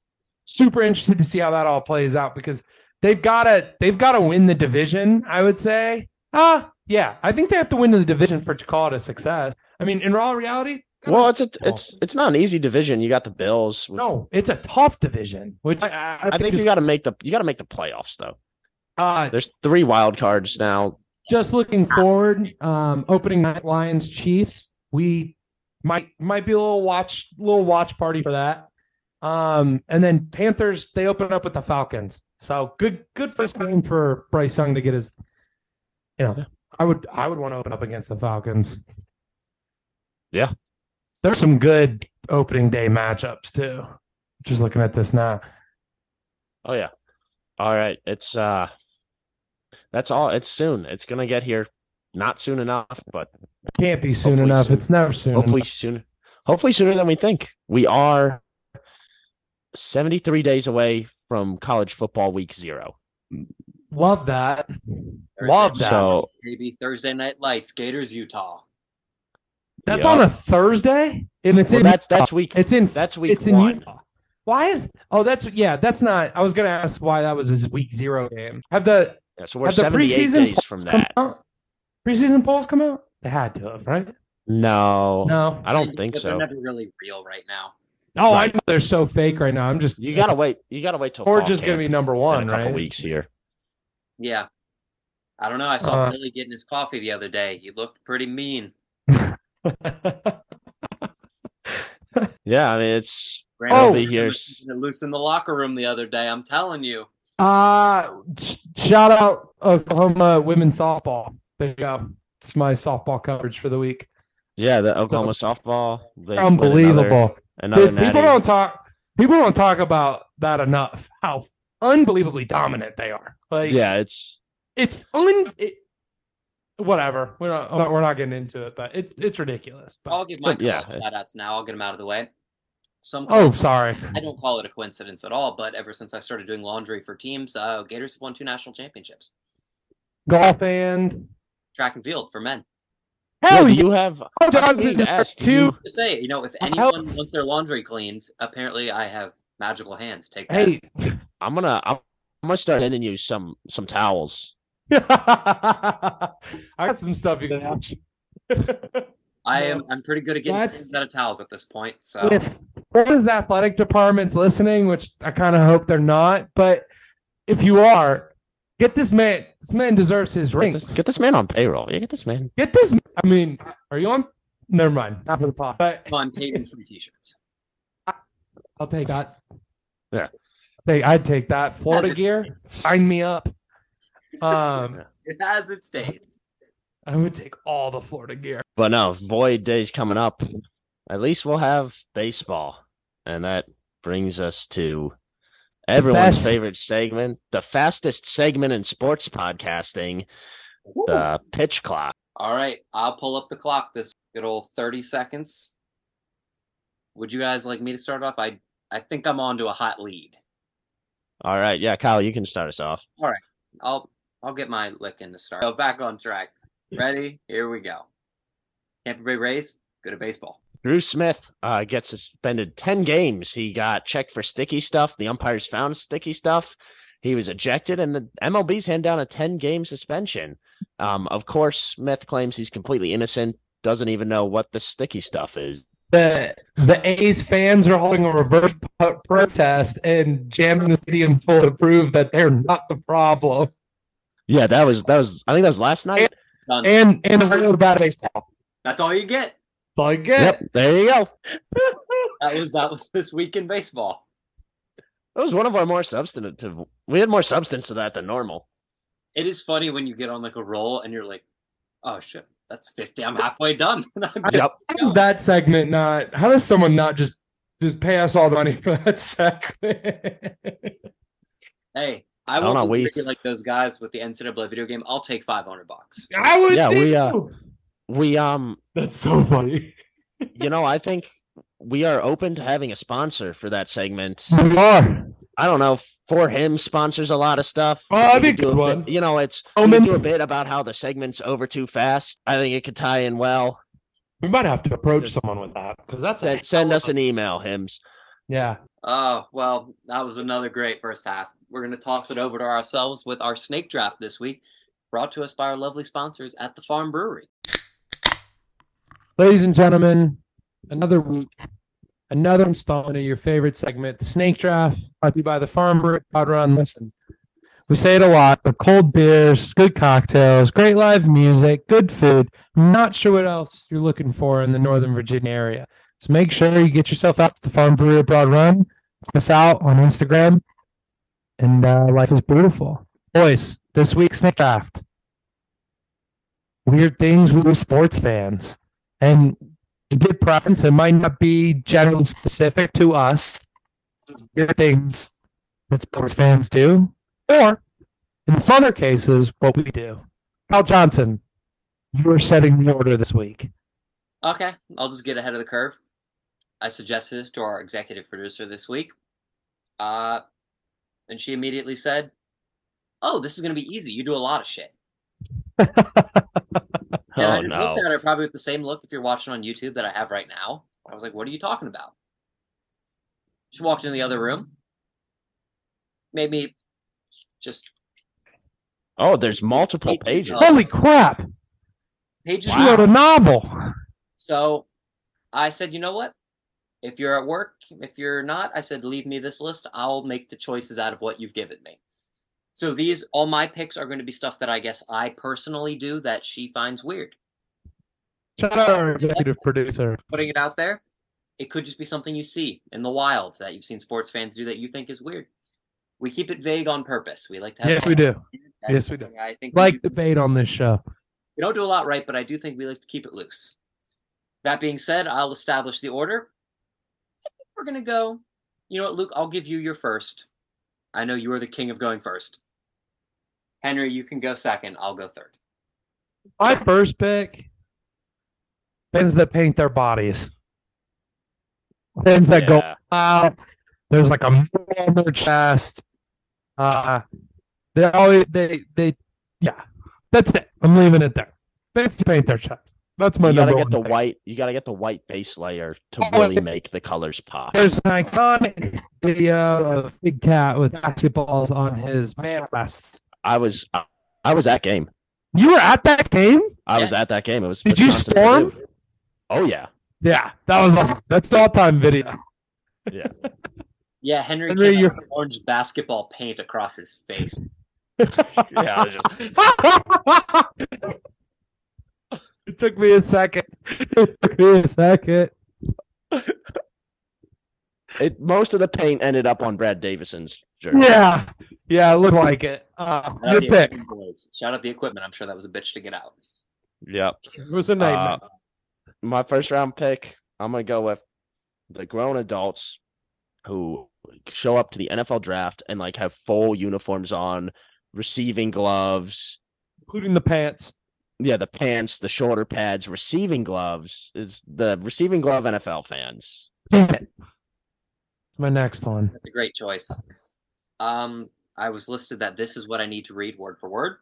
Speaker 3: Super interested to see how that all plays out because they've got to they've got to win the division. I would say, ah, yeah, I think they have to win the division for to call it a success. I mean, in all reality,
Speaker 2: Well, it's a,
Speaker 3: well.
Speaker 2: it's it's not an easy division. You got the Bills.
Speaker 3: no, it's a tough division. Which I, I,
Speaker 2: I think
Speaker 3: is-
Speaker 2: you got to make the you got to make the playoffs though.
Speaker 3: uh,
Speaker 2: There's three wild cards now.
Speaker 3: just looking forward um opening night lions chiefs we might might be a little watch little watch party for that um and then panthers they open up with the falcons so good good first game for bryce young to get his you know i would i would want to open up against the falcons
Speaker 2: Yeah.
Speaker 3: there's some good opening day matchups too just looking at this now
Speaker 2: Oh yeah. All right. It's uh that's all. It's soon. It's gonna get here. Not soon enough, but
Speaker 3: can't be soon
Speaker 2: Hopefully
Speaker 3: enough
Speaker 2: soon.
Speaker 3: it's never soon enough.
Speaker 2: hopefully sooner. Hopefully sooner than we think. We are seventy three days away from college football week zero.
Speaker 3: love that
Speaker 1: Thursday
Speaker 3: love
Speaker 1: night,
Speaker 3: that
Speaker 2: So
Speaker 1: baby. Thursday night lights, Gators, Utah.
Speaker 3: That's
Speaker 2: Yeah.
Speaker 3: on a Thursday, and it's
Speaker 2: Well,
Speaker 3: in
Speaker 2: that's that's week
Speaker 3: it's in
Speaker 2: that's week
Speaker 3: it's in
Speaker 2: one.
Speaker 3: Utah. Why is oh that's yeah that's not I was gonna ask why that was his week zero game. Have the
Speaker 2: Yeah, so we're
Speaker 3: have the
Speaker 2: seventy eight
Speaker 3: preseason
Speaker 2: days from
Speaker 3: come
Speaker 2: that.
Speaker 3: out? preseason polls come out? They had to have right?
Speaker 2: No,
Speaker 3: No.
Speaker 2: I don't think
Speaker 1: They're
Speaker 2: so.
Speaker 1: never really real right now.
Speaker 3: Oh, I
Speaker 2: Right.
Speaker 3: know they're so fake right now. I'm just
Speaker 2: You gotta wait. You gotta wait till
Speaker 3: We're
Speaker 2: fall
Speaker 3: just gonna be
Speaker 2: camp
Speaker 3: number one,
Speaker 2: in a couple
Speaker 3: right?
Speaker 2: weeks here.
Speaker 1: Yeah. I don't know. I saw
Speaker 3: Uh.
Speaker 1: Billy getting his coffee the other day. He looked pretty mean.
Speaker 2: Yeah, I mean it's
Speaker 1: Brandon
Speaker 2: Oh.
Speaker 1: Beal
Speaker 2: Here's-
Speaker 1: was keeping it loose in the locker room the other day. I'm telling you.
Speaker 3: uh sh- shout out Oklahoma women's softball. There you go. It's my softball coverage for the week.
Speaker 2: yeah the Oklahoma softball they win another-
Speaker 3: Unbelievable.
Speaker 2: Another,
Speaker 3: Dude, people
Speaker 2: natty.
Speaker 3: don't talk. People don't talk about that enough. How unbelievably dominant they are. Like,
Speaker 2: yeah, it's
Speaker 3: it's un. It, whatever. We're not. we're not getting into it, but it's it's ridiculous. But,
Speaker 1: I'll give my
Speaker 2: But, yeah.
Speaker 1: college shout outs now. I'll get them out of the way. Some
Speaker 3: oh, sorry.
Speaker 1: I don't call it a coincidence at all, but ever since I started doing laundry for teams, uh, Gators have won two national championships.
Speaker 3: Golf and
Speaker 1: Track and field for men.
Speaker 2: yeah,
Speaker 3: hell
Speaker 2: do
Speaker 3: yeah.
Speaker 2: you have
Speaker 3: Oh,
Speaker 2: I
Speaker 3: Johnson
Speaker 2: need to ask, do
Speaker 3: two.
Speaker 2: you-
Speaker 1: To say, you know, if
Speaker 3: I
Speaker 1: anyone
Speaker 3: hope-
Speaker 1: wants their laundry cleaned, apparently I have magical hands. Take that.
Speaker 3: Hey,
Speaker 2: I'm gonna I'm I must start sending you some some towels.
Speaker 3: I got some stuff you can have.
Speaker 1: I am. I'm pretty good at getting
Speaker 3: That's-
Speaker 1: six out of towels at this point. So
Speaker 3: If those athletic departments listening, which I kind of hope they're not, but if you are, get this man. This man deserves his
Speaker 2: Get
Speaker 3: rings.
Speaker 2: this, get this man on payroll. Yeah, get this man.
Speaker 3: Get this. I mean, are you on? Never mind. Not for the pot. But
Speaker 1: on Peyton free T-shirts.
Speaker 3: I'll take that.
Speaker 2: Yeah.
Speaker 3: Take, I'd take that. Florida
Speaker 1: Yeah,
Speaker 3: gear. Sign me up. Um,
Speaker 1: It has its days.
Speaker 3: I would take all the Florida gear.
Speaker 2: But no, void days coming up. At least we'll have baseball, and that brings us to everyone's
Speaker 3: best.
Speaker 2: favorite segment, the fastest segment in sports podcasting, the pitch clock.
Speaker 1: All right, I'll pull up the clock. This good old thirty seconds. Would you guys like me to start off? I I think I'm on to a hot lead.
Speaker 2: All right, yeah, Kyle, you can start us off.
Speaker 1: I'll I'll get my lick in to start. So back on track. Ready? Here we go. Tampa Bay Rays. Good at baseball.
Speaker 2: Drew Smith uh, gets suspended 10 games. He got checked for sticky stuff. The umpires found sticky stuff. He was ejected, and the MLB's hand down a 10 game suspension. Um, of course, Smith claims he's completely innocent, doesn't even know what the sticky stuff is.
Speaker 3: The the A's fans are holding a reverse po- protest and jamming the stadium full to prove that they're not the problem.
Speaker 2: Yeah, that was, that was, I think that was last night.
Speaker 1: Done.
Speaker 3: And and I know about baseball. That's
Speaker 1: That's all you get.
Speaker 3: all I get.
Speaker 2: Yep, there you go.
Speaker 1: That was that was this week in baseball.
Speaker 2: That was one of our more substantive, we had more substance to that than normal.
Speaker 1: It is funny when you get on like a roll and you're like, oh shit, that's fifty. I'm halfway done. And I'm good.
Speaker 2: Yep.
Speaker 3: How did that segment not? How does someone not just just pay us all the money for that segment?
Speaker 1: Hey, I
Speaker 2: I don't
Speaker 1: won't
Speaker 2: know, we-
Speaker 1: be like those guys with the NCAA video game. I'll take five hundred bucks.
Speaker 3: I would.
Speaker 2: Yeah, we,
Speaker 3: too.
Speaker 2: uh, We, um,
Speaker 3: That's so funny.
Speaker 2: you know, I think we are open to having a sponsor for that segment.
Speaker 3: We are.
Speaker 2: I don't know. For him, sponsors a lot of stuff.
Speaker 3: Oh, that'd
Speaker 2: We
Speaker 3: be a
Speaker 2: do
Speaker 3: good
Speaker 2: bit-
Speaker 3: one.
Speaker 2: you know, it's
Speaker 3: Oh,
Speaker 2: we
Speaker 3: man.
Speaker 2: do a bit about how the segment's over too fast. I think it could tie in well.
Speaker 3: We might have to approach someone with that because that's
Speaker 2: Send, send us an email, hymns.
Speaker 3: yeah.
Speaker 1: Oh well, that was another great first half. We're gonna toss it over to ourselves with our snake draft this week, brought to us by our lovely sponsors at the Farm Brewery.
Speaker 3: Ladies and gentlemen, another week, another installment of your favorite segment, the Snake Draft, brought to you by the Farm Brew Pod Run. Listen, we say it a lot, but cold beers, good cocktails, great live music, good food. Not sure what else you're looking for in the Northern Virginia area. So make sure you get yourself out to the Farm Brewery Broad Run. Check us out on Instagram. And uh, life is beautiful. Boys, this week's Snake Draft. Weird things we do sports fans and to give preference. It might not be generally specific to us. There are things that sports fans do, or in some other cases, what we do. Al Johnson, you are setting the order this week.
Speaker 1: Okay, I'll just get ahead of the curve. I suggested this to our executive producer this week. Uh, and she immediately said, Oh, this is going to be easy. You do a lot of shit. And I
Speaker 2: Oh
Speaker 1: just
Speaker 2: no!
Speaker 1: looked at her probably with the same look if you're watching on YouTube that I have right now. I was like, What are you talking about? She walked in the other room, made me just
Speaker 2: Oh, there's multiple
Speaker 1: Pages
Speaker 2: pages.
Speaker 1: up.
Speaker 3: Holy crap!
Speaker 1: pages.
Speaker 3: She wrote a novel.
Speaker 1: So I said, you know what? If you're at work, if you're not, I said, leave me this list. I'll make the choices out of what you've given me. So these, all my picks are going to be stuff that I guess I personally do that she finds weird.
Speaker 3: Shout out our executive producer.
Speaker 1: Putting it out there, it could just be something you see in the wild that you've seen sports fans do that you think is weird. We keep it vague on purpose. We like to have.
Speaker 3: Yes, we do.
Speaker 1: That's
Speaker 3: Yes, we do.
Speaker 1: something I think we
Speaker 3: Like
Speaker 1: do.
Speaker 3: debate on this show.
Speaker 1: We don't do a lot right, but I do think we like to keep it loose. That being said, I'll establish the order. I think We're going to go. You know what, Luke? I'll give you your first. I know you are the king of going first. Henry, you can go second. I'll go third.
Speaker 3: My first pick fans that paint their bodies. Fans that go
Speaker 2: Yeah.
Speaker 3: out. There's like a mole on their chest. Uh, they always they they yeah. That's it. I'm leaving it there. Fans to paint their chest. That's my
Speaker 2: you
Speaker 3: number
Speaker 2: gotta get the
Speaker 3: one pick.
Speaker 2: white. You gotta get the white base layer to
Speaker 3: Oh,
Speaker 2: really
Speaker 3: yeah.
Speaker 2: make the colors pop.
Speaker 3: There's an iconic video of Big Cat with basketballs on his man breasts.
Speaker 2: I was, I was at game.
Speaker 3: You were at that game?
Speaker 2: I was at that game. It was.
Speaker 3: Did you
Speaker 2: Wisconsin
Speaker 3: storm?
Speaker 2: Purdue. Oh yeah.
Speaker 3: Yeah, that was awesome. That's all time video.
Speaker 1: Yeah, Henry,
Speaker 3: Henry,
Speaker 1: came out
Speaker 3: you're-
Speaker 1: with orange basketball paint across his face.
Speaker 2: Yeah. I was just-
Speaker 3: it took me a second. It took me a second.
Speaker 2: it, most of the paint ended up on Brad Davison's jersey.
Speaker 3: Yeah. Yeah, it looked like it. Uh,
Speaker 1: Shout out,
Speaker 3: good
Speaker 1: the
Speaker 3: pick.
Speaker 1: equipment boys. Shout out the equipment. I'm sure that was a bitch to get out.
Speaker 2: Yep.
Speaker 3: It was a nightmare.
Speaker 2: Uh, my first round pick, I'm going to go with the grown adults who show up to the NFL draft and like have full uniforms on, receiving gloves.
Speaker 3: including the pants.
Speaker 2: Yeah, the pants, the shoulder pads, receiving gloves is the receiving glove NFL fans.
Speaker 3: Damn it. My next one.
Speaker 1: That's a great choice. Um, I was listed that this is what I need to read word for word,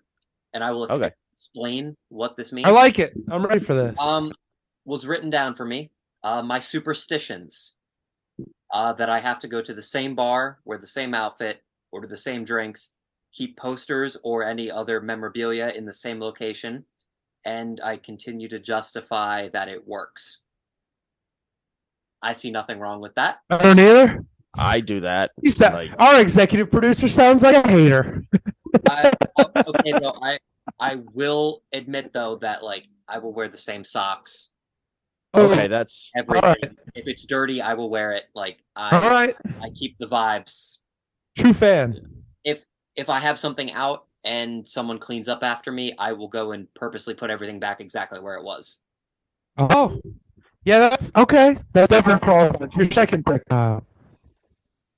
Speaker 1: and I will
Speaker 2: Okay.
Speaker 1: explain what this means.
Speaker 3: I like it. I'm ready for this.
Speaker 2: Uh,
Speaker 1: um was written down for me. Uh, my superstitions uh, that I have to go to the same bar, wear the same outfit, order the same drinks, keep posters or any other memorabilia in the same location, and I continue to justify that it works. I see nothing wrong with that.
Speaker 3: I don't either.
Speaker 2: I do that.
Speaker 3: He's that.
Speaker 2: Like-
Speaker 3: Our executive producer sounds like a hater.
Speaker 1: I, okay, though I I will admit though that like I will wear the same socks
Speaker 2: Okay, that's
Speaker 1: every
Speaker 3: All right.
Speaker 1: if it's dirty I will wear it like I
Speaker 3: All right.
Speaker 1: I keep the vibes
Speaker 3: True fan.
Speaker 1: if if I have something out and someone cleans up after me I will go and purposely put everything back exactly where it was
Speaker 3: Oh. Yeah, that's okay. That definitely qualifies. Your second pick. Uh,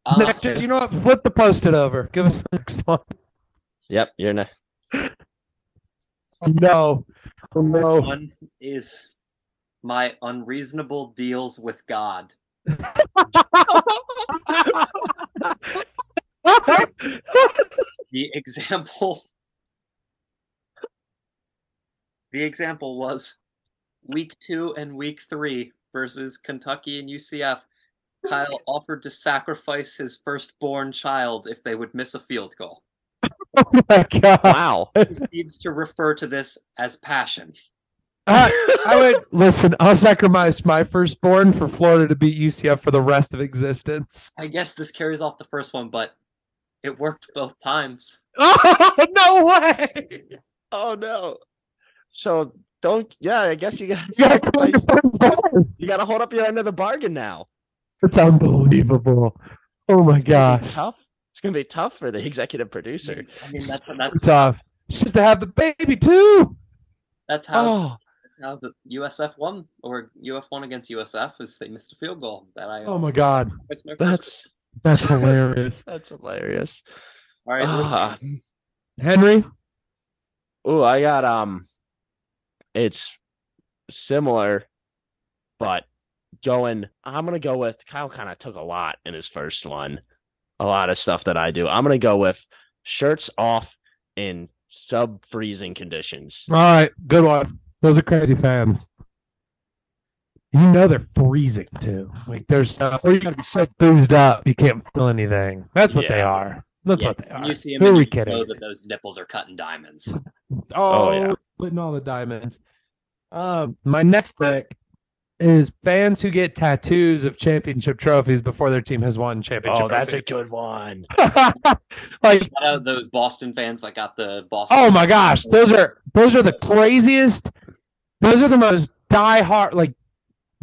Speaker 2: Uh,
Speaker 1: um,
Speaker 3: next, you know what? Flip the post it over. Give us the next one.
Speaker 2: yep. You're not.
Speaker 3: No. Oh, no.
Speaker 1: one is my unreasonable deals with God the example the example was week two and week three versus kentucky and ucf kyle offered to sacrifice his firstborn child if they would miss a field goal
Speaker 3: oh my God.
Speaker 2: Wow.
Speaker 1: proceeds to refer to this as passion
Speaker 3: Uh, I would listen. I'll sacrifice my firstborn for Florida to beat UCF for the rest of existence.
Speaker 1: i guess this carries off the first one but it worked both times
Speaker 3: Oh no way!
Speaker 2: Oh no. So don't. Yeah, I guess you got.
Speaker 3: You gotta call your firstborn.
Speaker 2: You got to hold up your end of the bargain now.
Speaker 3: It's unbelievable. Oh my gosh,
Speaker 2: tough. It's gonna be tough for the executive producer.
Speaker 1: i mean that's that's,
Speaker 3: tough. It's just to have the baby too.
Speaker 1: that's how
Speaker 2: Oh,
Speaker 1: that's how the usf won or uf won against usf is they missed a field goal that i
Speaker 3: Oh my god,
Speaker 1: That's my first-
Speaker 2: that's
Speaker 3: that's hilarious.
Speaker 2: that's hilarious.
Speaker 1: all right.
Speaker 2: Ah.
Speaker 3: Henry,
Speaker 2: Oh, I got um. It's similar, but going. I'm gonna go with Kyle. Kind of took a lot in his first one. A lot of stuff that I do. I'm gonna go with shirts off in sub freezing conditions.
Speaker 3: all right, good one. Those are crazy fans. You know they're freezing too. Like there's stuff where Oh, you gotta be so boozed up you can't feel anything. That's what they
Speaker 2: Yeah.
Speaker 3: are. That's
Speaker 1: Yeah,
Speaker 3: what they
Speaker 1: when
Speaker 3: are.
Speaker 1: You see him,
Speaker 3: Who are
Speaker 1: and
Speaker 3: we
Speaker 1: you know
Speaker 3: kidding?
Speaker 1: that those nipples are cutting diamonds.
Speaker 2: Oh, yeah.
Speaker 3: putting all the diamonds. Um, my next pick is fans who get tattoos of championship trophies before their team has won championship.
Speaker 2: Oh, that's a good one.
Speaker 3: trophy. like,
Speaker 1: Shout out those Boston fans that got the Boston.
Speaker 3: oh my gosh, those are those are the craziest. Those are the most die-hard. Like,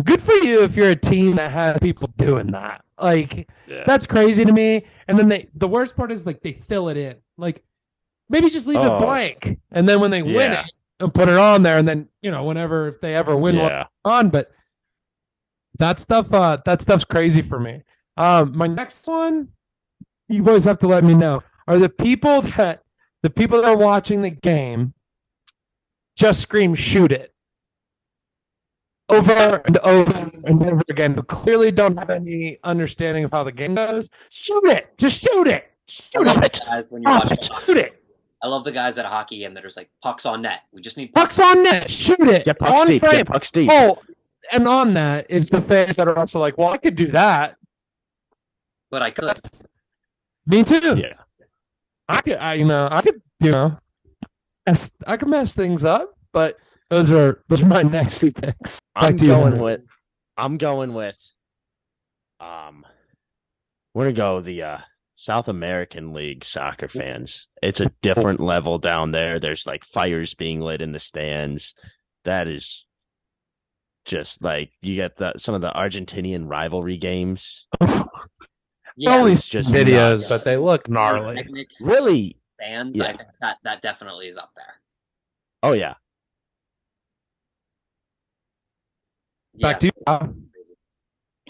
Speaker 3: good for you if you're a team that has people doing that. Like,
Speaker 2: Yeah.
Speaker 3: that's crazy to me. And then they, the worst part is like they fill it in. Like maybe just leave
Speaker 2: Oh.
Speaker 3: it blank, and then when they win
Speaker 2: Yeah.
Speaker 3: it, they'll put it on there, and then you know whenever if they ever win one
Speaker 2: Yeah.
Speaker 3: on. But that stuff, uh, that stuff's crazy for me. Um, my next one, you boys have to let me know are the people that the people that are watching the game just scream shoot it over and over and over again who clearly don't have any understanding of how the game goes shoot it just shoot it shoot
Speaker 1: Love
Speaker 3: it
Speaker 1: it, guys, when you're
Speaker 3: Stop
Speaker 1: watching
Speaker 3: it. shoot it
Speaker 1: I love the guys at a hockey game that are just like pucks on net. We just need
Speaker 3: Pucks on net. Shoot it.
Speaker 2: Get pucks
Speaker 3: on
Speaker 2: deep.
Speaker 3: frame.
Speaker 2: Get pucks deep.
Speaker 3: Oh, and on that is the fans that are also like, well, I could do that.
Speaker 1: but I could.
Speaker 3: That's- me too.
Speaker 2: Yeah.
Speaker 3: I could, I, you know, I could, you know, mess, I could mess things up, but those are those are my next two picks.
Speaker 2: I'm
Speaker 3: Back to you,
Speaker 2: going
Speaker 3: Henry.
Speaker 2: with. I'm going with. Um, we're gonna go the uh, South American League soccer fans. It's a different level down there. There's like fires being lit in the stands. That is just like you get the some of the Argentinian rivalry games.
Speaker 1: Yeah,
Speaker 3: Only
Speaker 2: it's just
Speaker 3: videos,
Speaker 1: nuts.
Speaker 3: but they look gnarly.
Speaker 1: Technics,
Speaker 2: Really?
Speaker 1: fans, I
Speaker 2: Yeah.
Speaker 1: think that that definitely is up there.
Speaker 2: Oh yeah.
Speaker 1: Yeah.
Speaker 3: Back to you. Bob.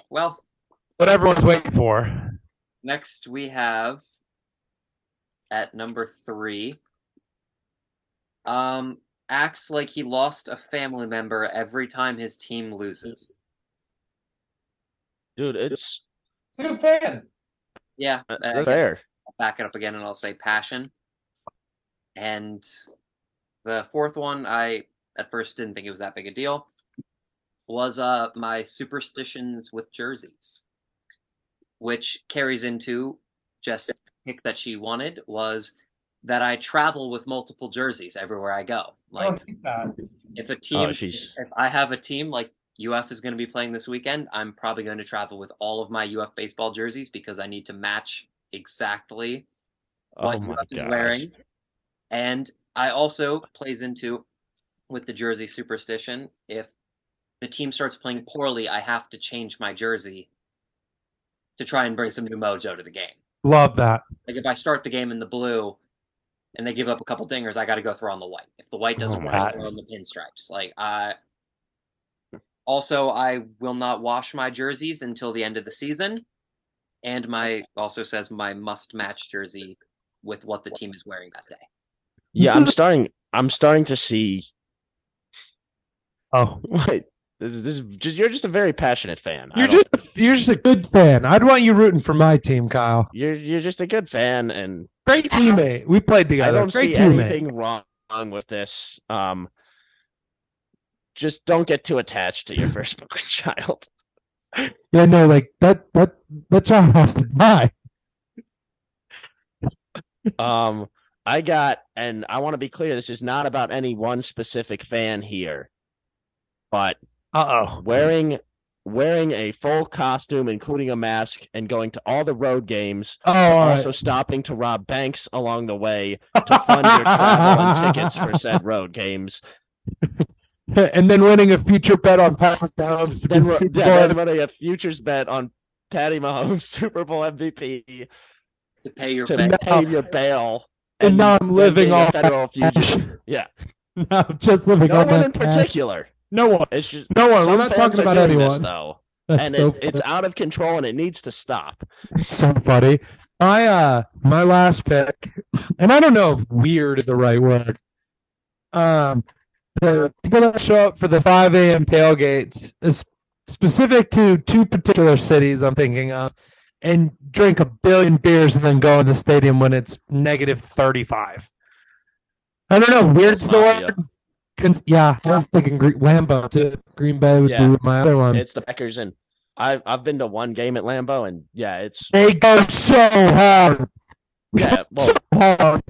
Speaker 1: well,
Speaker 3: What everyone's waiting for.
Speaker 1: Next, we have at number three. Um, acts like he lost a family member every time his team loses.
Speaker 2: Dude, it's
Speaker 3: It's a good fan.
Speaker 1: Yeah,
Speaker 2: uh,
Speaker 1: I- I guess
Speaker 2: fair.
Speaker 1: I'll back it up again, and I'll say passion. And the fourth one, I at first didn't think it was that big a deal. Was uh my superstitions with jerseys, which carries into just the pick that she wanted was that I travel with multiple jerseys everywhere I go. Like
Speaker 6: Oh.
Speaker 1: if a team,
Speaker 2: Oh, she's
Speaker 1: if I have a team like UF is going to be playing this weekend, I'm probably going to travel with all of my UF baseball jerseys because I need to match exactly
Speaker 2: oh
Speaker 1: what
Speaker 2: my
Speaker 1: UF is
Speaker 2: gosh.
Speaker 1: wearing. And I also plays into with the jersey superstition. If the team starts playing poorly, I have to change my jersey to try and bring some new mojo to the game.
Speaker 3: Love that.
Speaker 1: Like if I start the game in the blue and they give up a couple dingers, I got to go throw on the white. If the white doesn't
Speaker 2: Oh
Speaker 1: work,
Speaker 2: my
Speaker 1: I
Speaker 2: God.
Speaker 1: throw on the pinstripes. Like I also I will not wash my jerseys until the end of the season, and my also says my must match jersey with what the team is wearing that day.
Speaker 2: Yeah, I'm starting I'm starting to see
Speaker 3: Oh,
Speaker 2: Wait, this is, this is just, you're just a very passionate fan. I
Speaker 3: you're
Speaker 2: don't-
Speaker 3: just a, you're just a good fan. I'd want you rooting for my team, Kyle.
Speaker 2: you're you're just a good fan, and
Speaker 3: Great teammate. We played together.
Speaker 2: I don't
Speaker 3: Great
Speaker 2: see
Speaker 3: teammate.
Speaker 2: anything wrong with this. Um, just don't get too attached to your firstborn child.
Speaker 3: Yeah, no, like that that that child has to die.
Speaker 2: Um, I got, and I want to be clear, this is not about any one specific fan here, but
Speaker 3: Uh oh.
Speaker 2: wearing wearing a full costume, including a mask, and going to all the road games.
Speaker 3: Oh, all right.
Speaker 2: Also, stopping to rob banks along the way to fund your travel and tickets for said road games.
Speaker 3: and then winning a future bet on Patrick Mahomes to be
Speaker 2: Then
Speaker 3: the
Speaker 2: we're,
Speaker 3: Super
Speaker 2: yeah,
Speaker 3: Bowl.
Speaker 2: then running a futures bet on Patty Mahomes Super Bowl MVP
Speaker 1: To pay your
Speaker 2: to
Speaker 1: bet.
Speaker 2: pay your bail.
Speaker 3: And now I'm
Speaker 2: then
Speaker 3: living
Speaker 2: being a
Speaker 3: off
Speaker 2: federal
Speaker 3: cash.
Speaker 2: fugitive. Yeah,
Speaker 3: No, just living
Speaker 2: no
Speaker 3: on
Speaker 2: one
Speaker 3: my
Speaker 2: in
Speaker 3: cash.
Speaker 2: particular.
Speaker 3: No one.
Speaker 2: It's just
Speaker 3: No one. We're
Speaker 2: some
Speaker 3: not
Speaker 2: fans
Speaker 3: talking
Speaker 2: are
Speaker 3: about
Speaker 2: doing this,
Speaker 3: anyone.
Speaker 2: though,
Speaker 3: That's
Speaker 2: and
Speaker 3: so
Speaker 2: it, it's out of control and it needs to stop.
Speaker 3: so funny. My uh my last pick, and I don't know if weird is the right word. Um the people that show up for the five AM tailgates is specific to two particular cities I'm thinking of and drink a billion beers and then go in the stadium when it's negative thirty five. I don't know if weird's the
Speaker 2: Mafia.
Speaker 3: word. Cons- yeah, I'm thinking Gre- Lambo to Green Bay would
Speaker 2: Yeah.
Speaker 3: be my other one.
Speaker 2: It's the Packers, and I've I've been to one game at Lambeau, and yeah, it's
Speaker 3: they go so hard.
Speaker 2: yeah. Well,
Speaker 3: so hard.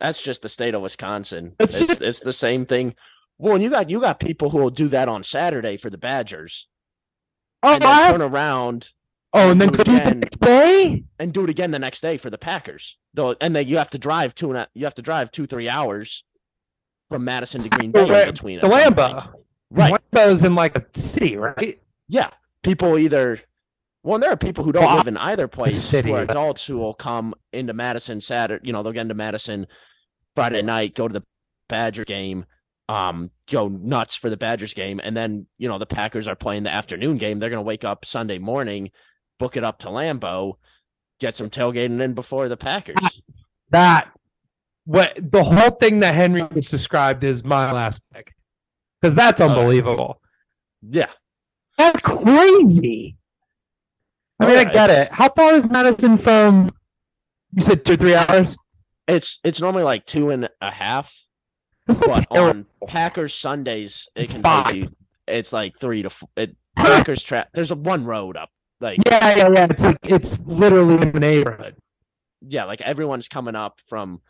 Speaker 2: That's just the state of Wisconsin.
Speaker 3: It's
Speaker 2: It's it's,
Speaker 3: just-
Speaker 2: the same thing. Well, and you got you got people who will do that on Saturday for the Badgers,
Speaker 3: Oh,
Speaker 2: and then
Speaker 3: I have-
Speaker 2: turn around
Speaker 3: oh, and then
Speaker 2: do
Speaker 3: go
Speaker 2: it
Speaker 3: do it the
Speaker 2: again.
Speaker 3: next day.
Speaker 2: and do it again the next day for the Packers. Though, and then you have to drive two and a, you have to drive two three hours from Madison to Green Bay
Speaker 3: Lam-
Speaker 2: in between.
Speaker 3: The
Speaker 2: at some
Speaker 3: Lambo,
Speaker 2: point. right?
Speaker 3: Lambo's in like a city, right?
Speaker 2: Yeah, people either. Well, and there are people who
Speaker 3: Well,
Speaker 2: don't live in either place.
Speaker 3: city.
Speaker 2: Who are adults who will come into Madison Saturday. You know, they'll get into Madison Friday night, go to the Badger game, um, go nuts for the Badgers game, and then you know the Packers are playing the afternoon game. They're going to wake up Sunday morning, book it up to Lambeau, get some tailgating in before the Packers.
Speaker 3: That what the whole thing that Henry just described is my last pick because
Speaker 2: Oh,
Speaker 3: that's unbelievable.
Speaker 2: Yeah,
Speaker 3: That's crazy. I mean, I
Speaker 2: Alright.
Speaker 3: get it. How far is Madison from? You said two, three hours.
Speaker 2: It's it's normally like two and a half,
Speaker 3: That's not
Speaker 2: but
Speaker 3: terrible.
Speaker 2: on Packers Sundays it
Speaker 3: It's
Speaker 2: can
Speaker 3: five.
Speaker 2: take you. It's like three to four. It, Packers trap. There's a one road up. Like
Speaker 3: yeah, yeah, yeah. It's like it's literally in the neighborhood.
Speaker 2: yeah, like everyone's coming up from,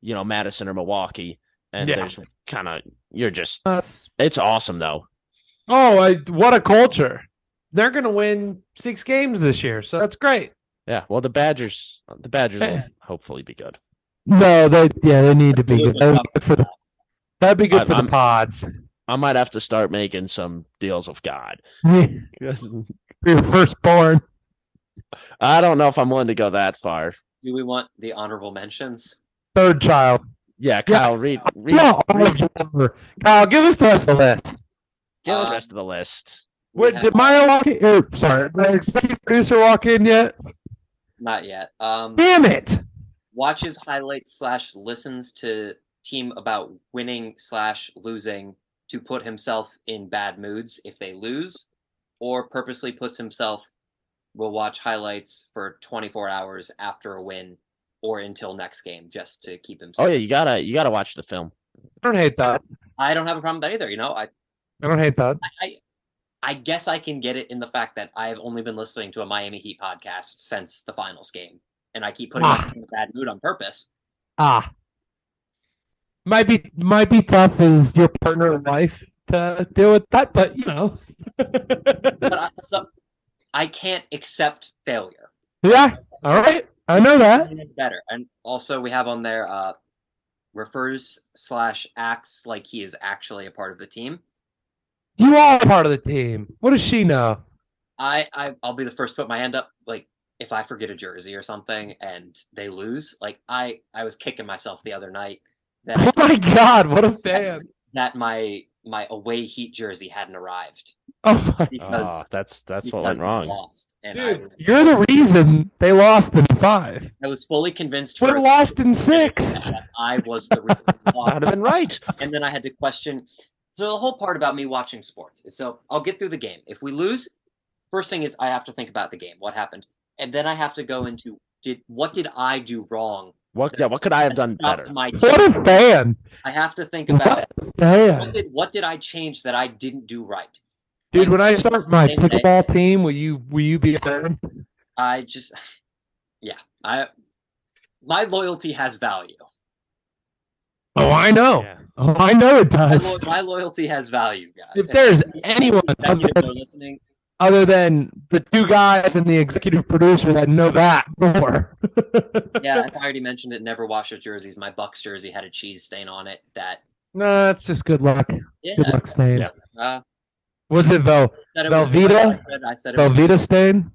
Speaker 2: you know, Madison or Milwaukee, and
Speaker 3: Yeah.
Speaker 2: there's kind of you're just.
Speaker 3: Us.
Speaker 2: It's awesome though.
Speaker 3: Oh, I, what a culture! They're gonna win six games this year, so that's great.
Speaker 2: Yeah. Well, the Badgers, the Badgers will hopefully be good.
Speaker 3: No, they yeah, they need to be good. That'd be good for the, that'd be good
Speaker 2: I'm-
Speaker 3: for the
Speaker 2: I'm-
Speaker 3: pod.
Speaker 2: I might have to start making some deals with God. I
Speaker 3: Your firstborn.
Speaker 2: don't know if I'm willing to go that far.
Speaker 1: Do we want the honorable mentions?
Speaker 3: third child.
Speaker 2: Yeah, Kyle, read, read,
Speaker 3: It's not all
Speaker 2: read-
Speaker 3: of them over. Kyle, give us the rest of the list.
Speaker 2: give the
Speaker 1: Um,
Speaker 2: rest of the list.
Speaker 1: We
Speaker 3: Wait,
Speaker 1: have-
Speaker 3: did Maya walk in? Er, sorry, did my executive producer walk in yet?
Speaker 1: Not yet. Um,
Speaker 3: Damn it!
Speaker 1: watches highlights slash listens to team about winning slash losing to put himself in bad moods if they lose, or purposely puts himself will watch highlights for 24 hours after a win or until next game just to keep
Speaker 2: Oh
Speaker 1: himself.
Speaker 2: yeah, you gotta you gotta watch the film.
Speaker 3: I don't hate that.
Speaker 1: I don't have a problem with that either. You know, I
Speaker 3: I don't hate that.
Speaker 1: I guess I can get it in the fact that I have only been listening to a Miami Heat podcast since the finals game, and I keep putting
Speaker 3: Ah.
Speaker 1: myself in a bad mood on purpose.
Speaker 3: Ah, might be might be tough as your partner in life to deal with that, but you know,
Speaker 1: But I, so, I can't accept failure.
Speaker 3: yeah. All right, I know that.
Speaker 1: Even better. And also, we have on there uh, refers slash acts like he is actually a part of the team.
Speaker 3: You are part of the team. What does she know?
Speaker 1: I, I I'll be the first to put my hand up. Like if I forget a jersey or something and they lose, like I I was kicking myself the other night
Speaker 3: Oh
Speaker 1: that
Speaker 3: my God, what a fan!
Speaker 1: that my my away heat jersey hadn't arrived
Speaker 3: Oh my,
Speaker 1: because
Speaker 2: Oh, that's that's what
Speaker 1: because
Speaker 2: went
Speaker 1: we
Speaker 2: wrong.
Speaker 1: Lost, and I,
Speaker 3: dude,
Speaker 1: was,
Speaker 3: you're the reason they lost in five.
Speaker 1: I was fully convinced
Speaker 3: We're
Speaker 1: for
Speaker 3: lost in six.
Speaker 1: that I was the reason. we
Speaker 2: I
Speaker 1: lost.
Speaker 2: would have been right.
Speaker 1: and then I had to question. So the whole part about me watching sports is so I'll get through the game. If we lose, first thing is I have to think about the game, what happened, and then I have to go into did what did I do wrong?
Speaker 2: What yeah, what could I have done
Speaker 1: Not
Speaker 2: better?
Speaker 1: to my team.
Speaker 3: What a fan!
Speaker 1: I have to think about what
Speaker 3: Damn.
Speaker 1: did, what did I change that I didn't do right.
Speaker 3: Dude, when I start my
Speaker 1: Same day.
Speaker 3: pickleball team, will you will you be a fan?
Speaker 1: I just, yeah, I my loyalty has value.
Speaker 3: Oh, I know.
Speaker 2: Yeah.
Speaker 3: Oh, I know it
Speaker 1: My,
Speaker 3: does.
Speaker 1: lo- my loyalty has value, guys.
Speaker 3: If there's anyone
Speaker 1: Thank
Speaker 3: other
Speaker 1: you for
Speaker 3: than,
Speaker 1: listening.
Speaker 3: other than the two guys and the executive producer that know that more,
Speaker 1: Yeah, I already mentioned it. Never wash your jerseys. My Bucks jersey had a cheese stain on it. That
Speaker 3: no, that's just good luck.
Speaker 1: yeah,
Speaker 3: Good luck stain.
Speaker 2: Yeah.
Speaker 1: uh,
Speaker 3: Was it Vel
Speaker 1: said it
Speaker 3: Velveeta?
Speaker 1: Was, good. I said it was,
Speaker 3: Velveeta stain?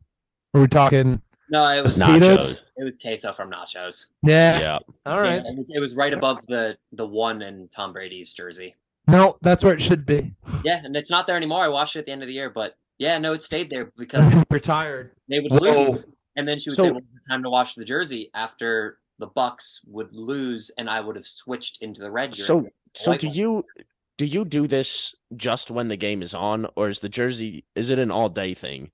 Speaker 3: Are we talking?
Speaker 1: no, it was
Speaker 3: Nah. Tito's?
Speaker 2: Nachos.
Speaker 1: it was queso from Nachos.
Speaker 3: Yeah.
Speaker 2: Yeah.
Speaker 3: All right.
Speaker 1: It was, it was right above the the one in Tom Brady's jersey.
Speaker 3: No, that's where it should be.
Speaker 1: Yeah, and it's not there anymore. I washed it at the end of the year, but yeah, no, it stayed there because
Speaker 3: Retired.
Speaker 1: they would lose, and then she would say,
Speaker 2: So-
Speaker 1: "When's the time to wash the jersey?" After the Bucks would lose, and I would have switched into the red jersey.
Speaker 2: So so
Speaker 1: White
Speaker 2: do
Speaker 1: one.
Speaker 2: you do you do this just when the game is on, or is the jersey is it an all day thing?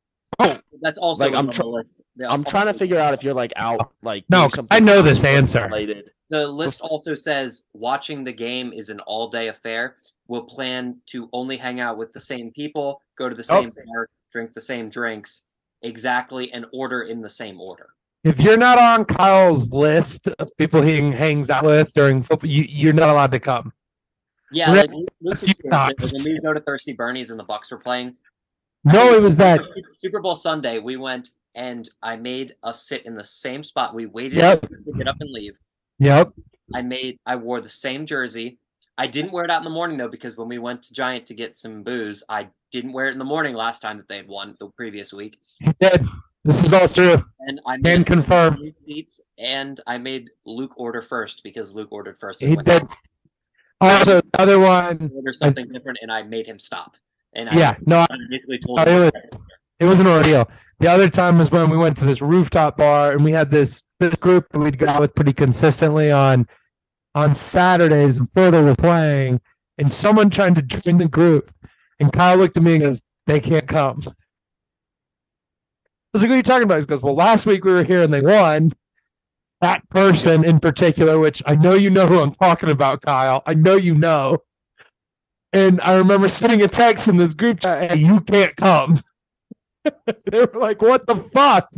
Speaker 1: That's also
Speaker 2: like,
Speaker 1: on
Speaker 2: I'm
Speaker 1: the
Speaker 2: tr-
Speaker 1: list. The-
Speaker 2: I'm trying to figure out if you're like out like
Speaker 3: No,
Speaker 2: doing something
Speaker 3: I know this answer.
Speaker 2: related.
Speaker 1: The list also says watching the game is an all day affair. We'll plan to only hang out with the same people, go to the
Speaker 3: Oh.
Speaker 1: same bar, drink the same drinks, exactly, and order in the same order.
Speaker 3: If you're not on Kyle's list of people he hangs out with during football, you, you're not allowed to come.
Speaker 1: Yeah,
Speaker 3: Really?
Speaker 1: like Lu- Lucas
Speaker 3: You
Speaker 1: did, like,
Speaker 3: sucks.
Speaker 1: when we go to Thirsty Bernie's and the Bucks were playing.
Speaker 3: No, it was that.
Speaker 1: Super Bowl Sunday, we went and I made us sit in the same spot. We waited
Speaker 3: Yep.
Speaker 1: to get up and leave.
Speaker 3: Yep.
Speaker 1: I made I wore the same jersey. I didn't wear it out in the morning though because when we went to Giant to get some booze, I didn't wear it in the morning last time that they had won the previous week.
Speaker 3: He did. This is all true.
Speaker 1: And I made
Speaker 3: Can
Speaker 1: us
Speaker 3: confirm.
Speaker 1: new seats, and I made Luke order first because Luke ordered first. and
Speaker 3: He
Speaker 1: went
Speaker 3: did. Also, the other one.
Speaker 1: to order something different and I made him stop. And I,
Speaker 3: Yeah. No,
Speaker 1: I basically told
Speaker 3: Oh,
Speaker 1: him
Speaker 3: it it was an ordeal. The other time was when we went to this rooftop bar and we had this, this group that we'd go out with pretty consistently on on Saturdays before they were playing, and someone tried to join the group, and Kyle looked at me and goes, "They can't come." I was like, "What are you talking about?" He goes, "Well, last week we were here and they won, that person in particular, which I know you know who I'm talking about, Kyle. I know you know. And I remember sending a text in this group chat, hey, you can't come. they were like, what the fuck?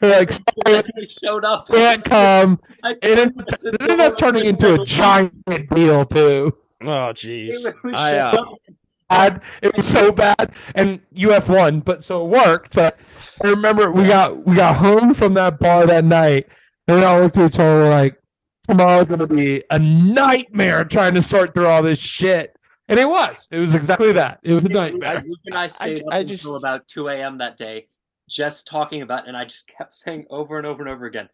Speaker 3: They're like, sorry,
Speaker 1: He showed up.
Speaker 3: you can't come.
Speaker 1: I-
Speaker 3: It ended, it ended up turning into a giant deal, too.
Speaker 2: Oh,
Speaker 1: He
Speaker 2: jeez.
Speaker 1: literally
Speaker 2: I,
Speaker 1: showed
Speaker 2: uh,
Speaker 1: up.
Speaker 3: bad. It was so bad, and UF won, but so it worked. But I remember we got we got home from that bar that night, and we all looked at each other we're like, "Tomorrow's gonna be a nightmare trying to sort through all this shit." And it was. It was exactly that. It was a
Speaker 1: I,
Speaker 3: nightmare.
Speaker 1: Luke and I stayed
Speaker 2: I
Speaker 1: up
Speaker 2: just-
Speaker 1: until about 2 a.m. that day, just talking about, and I just kept saying over and over and over again,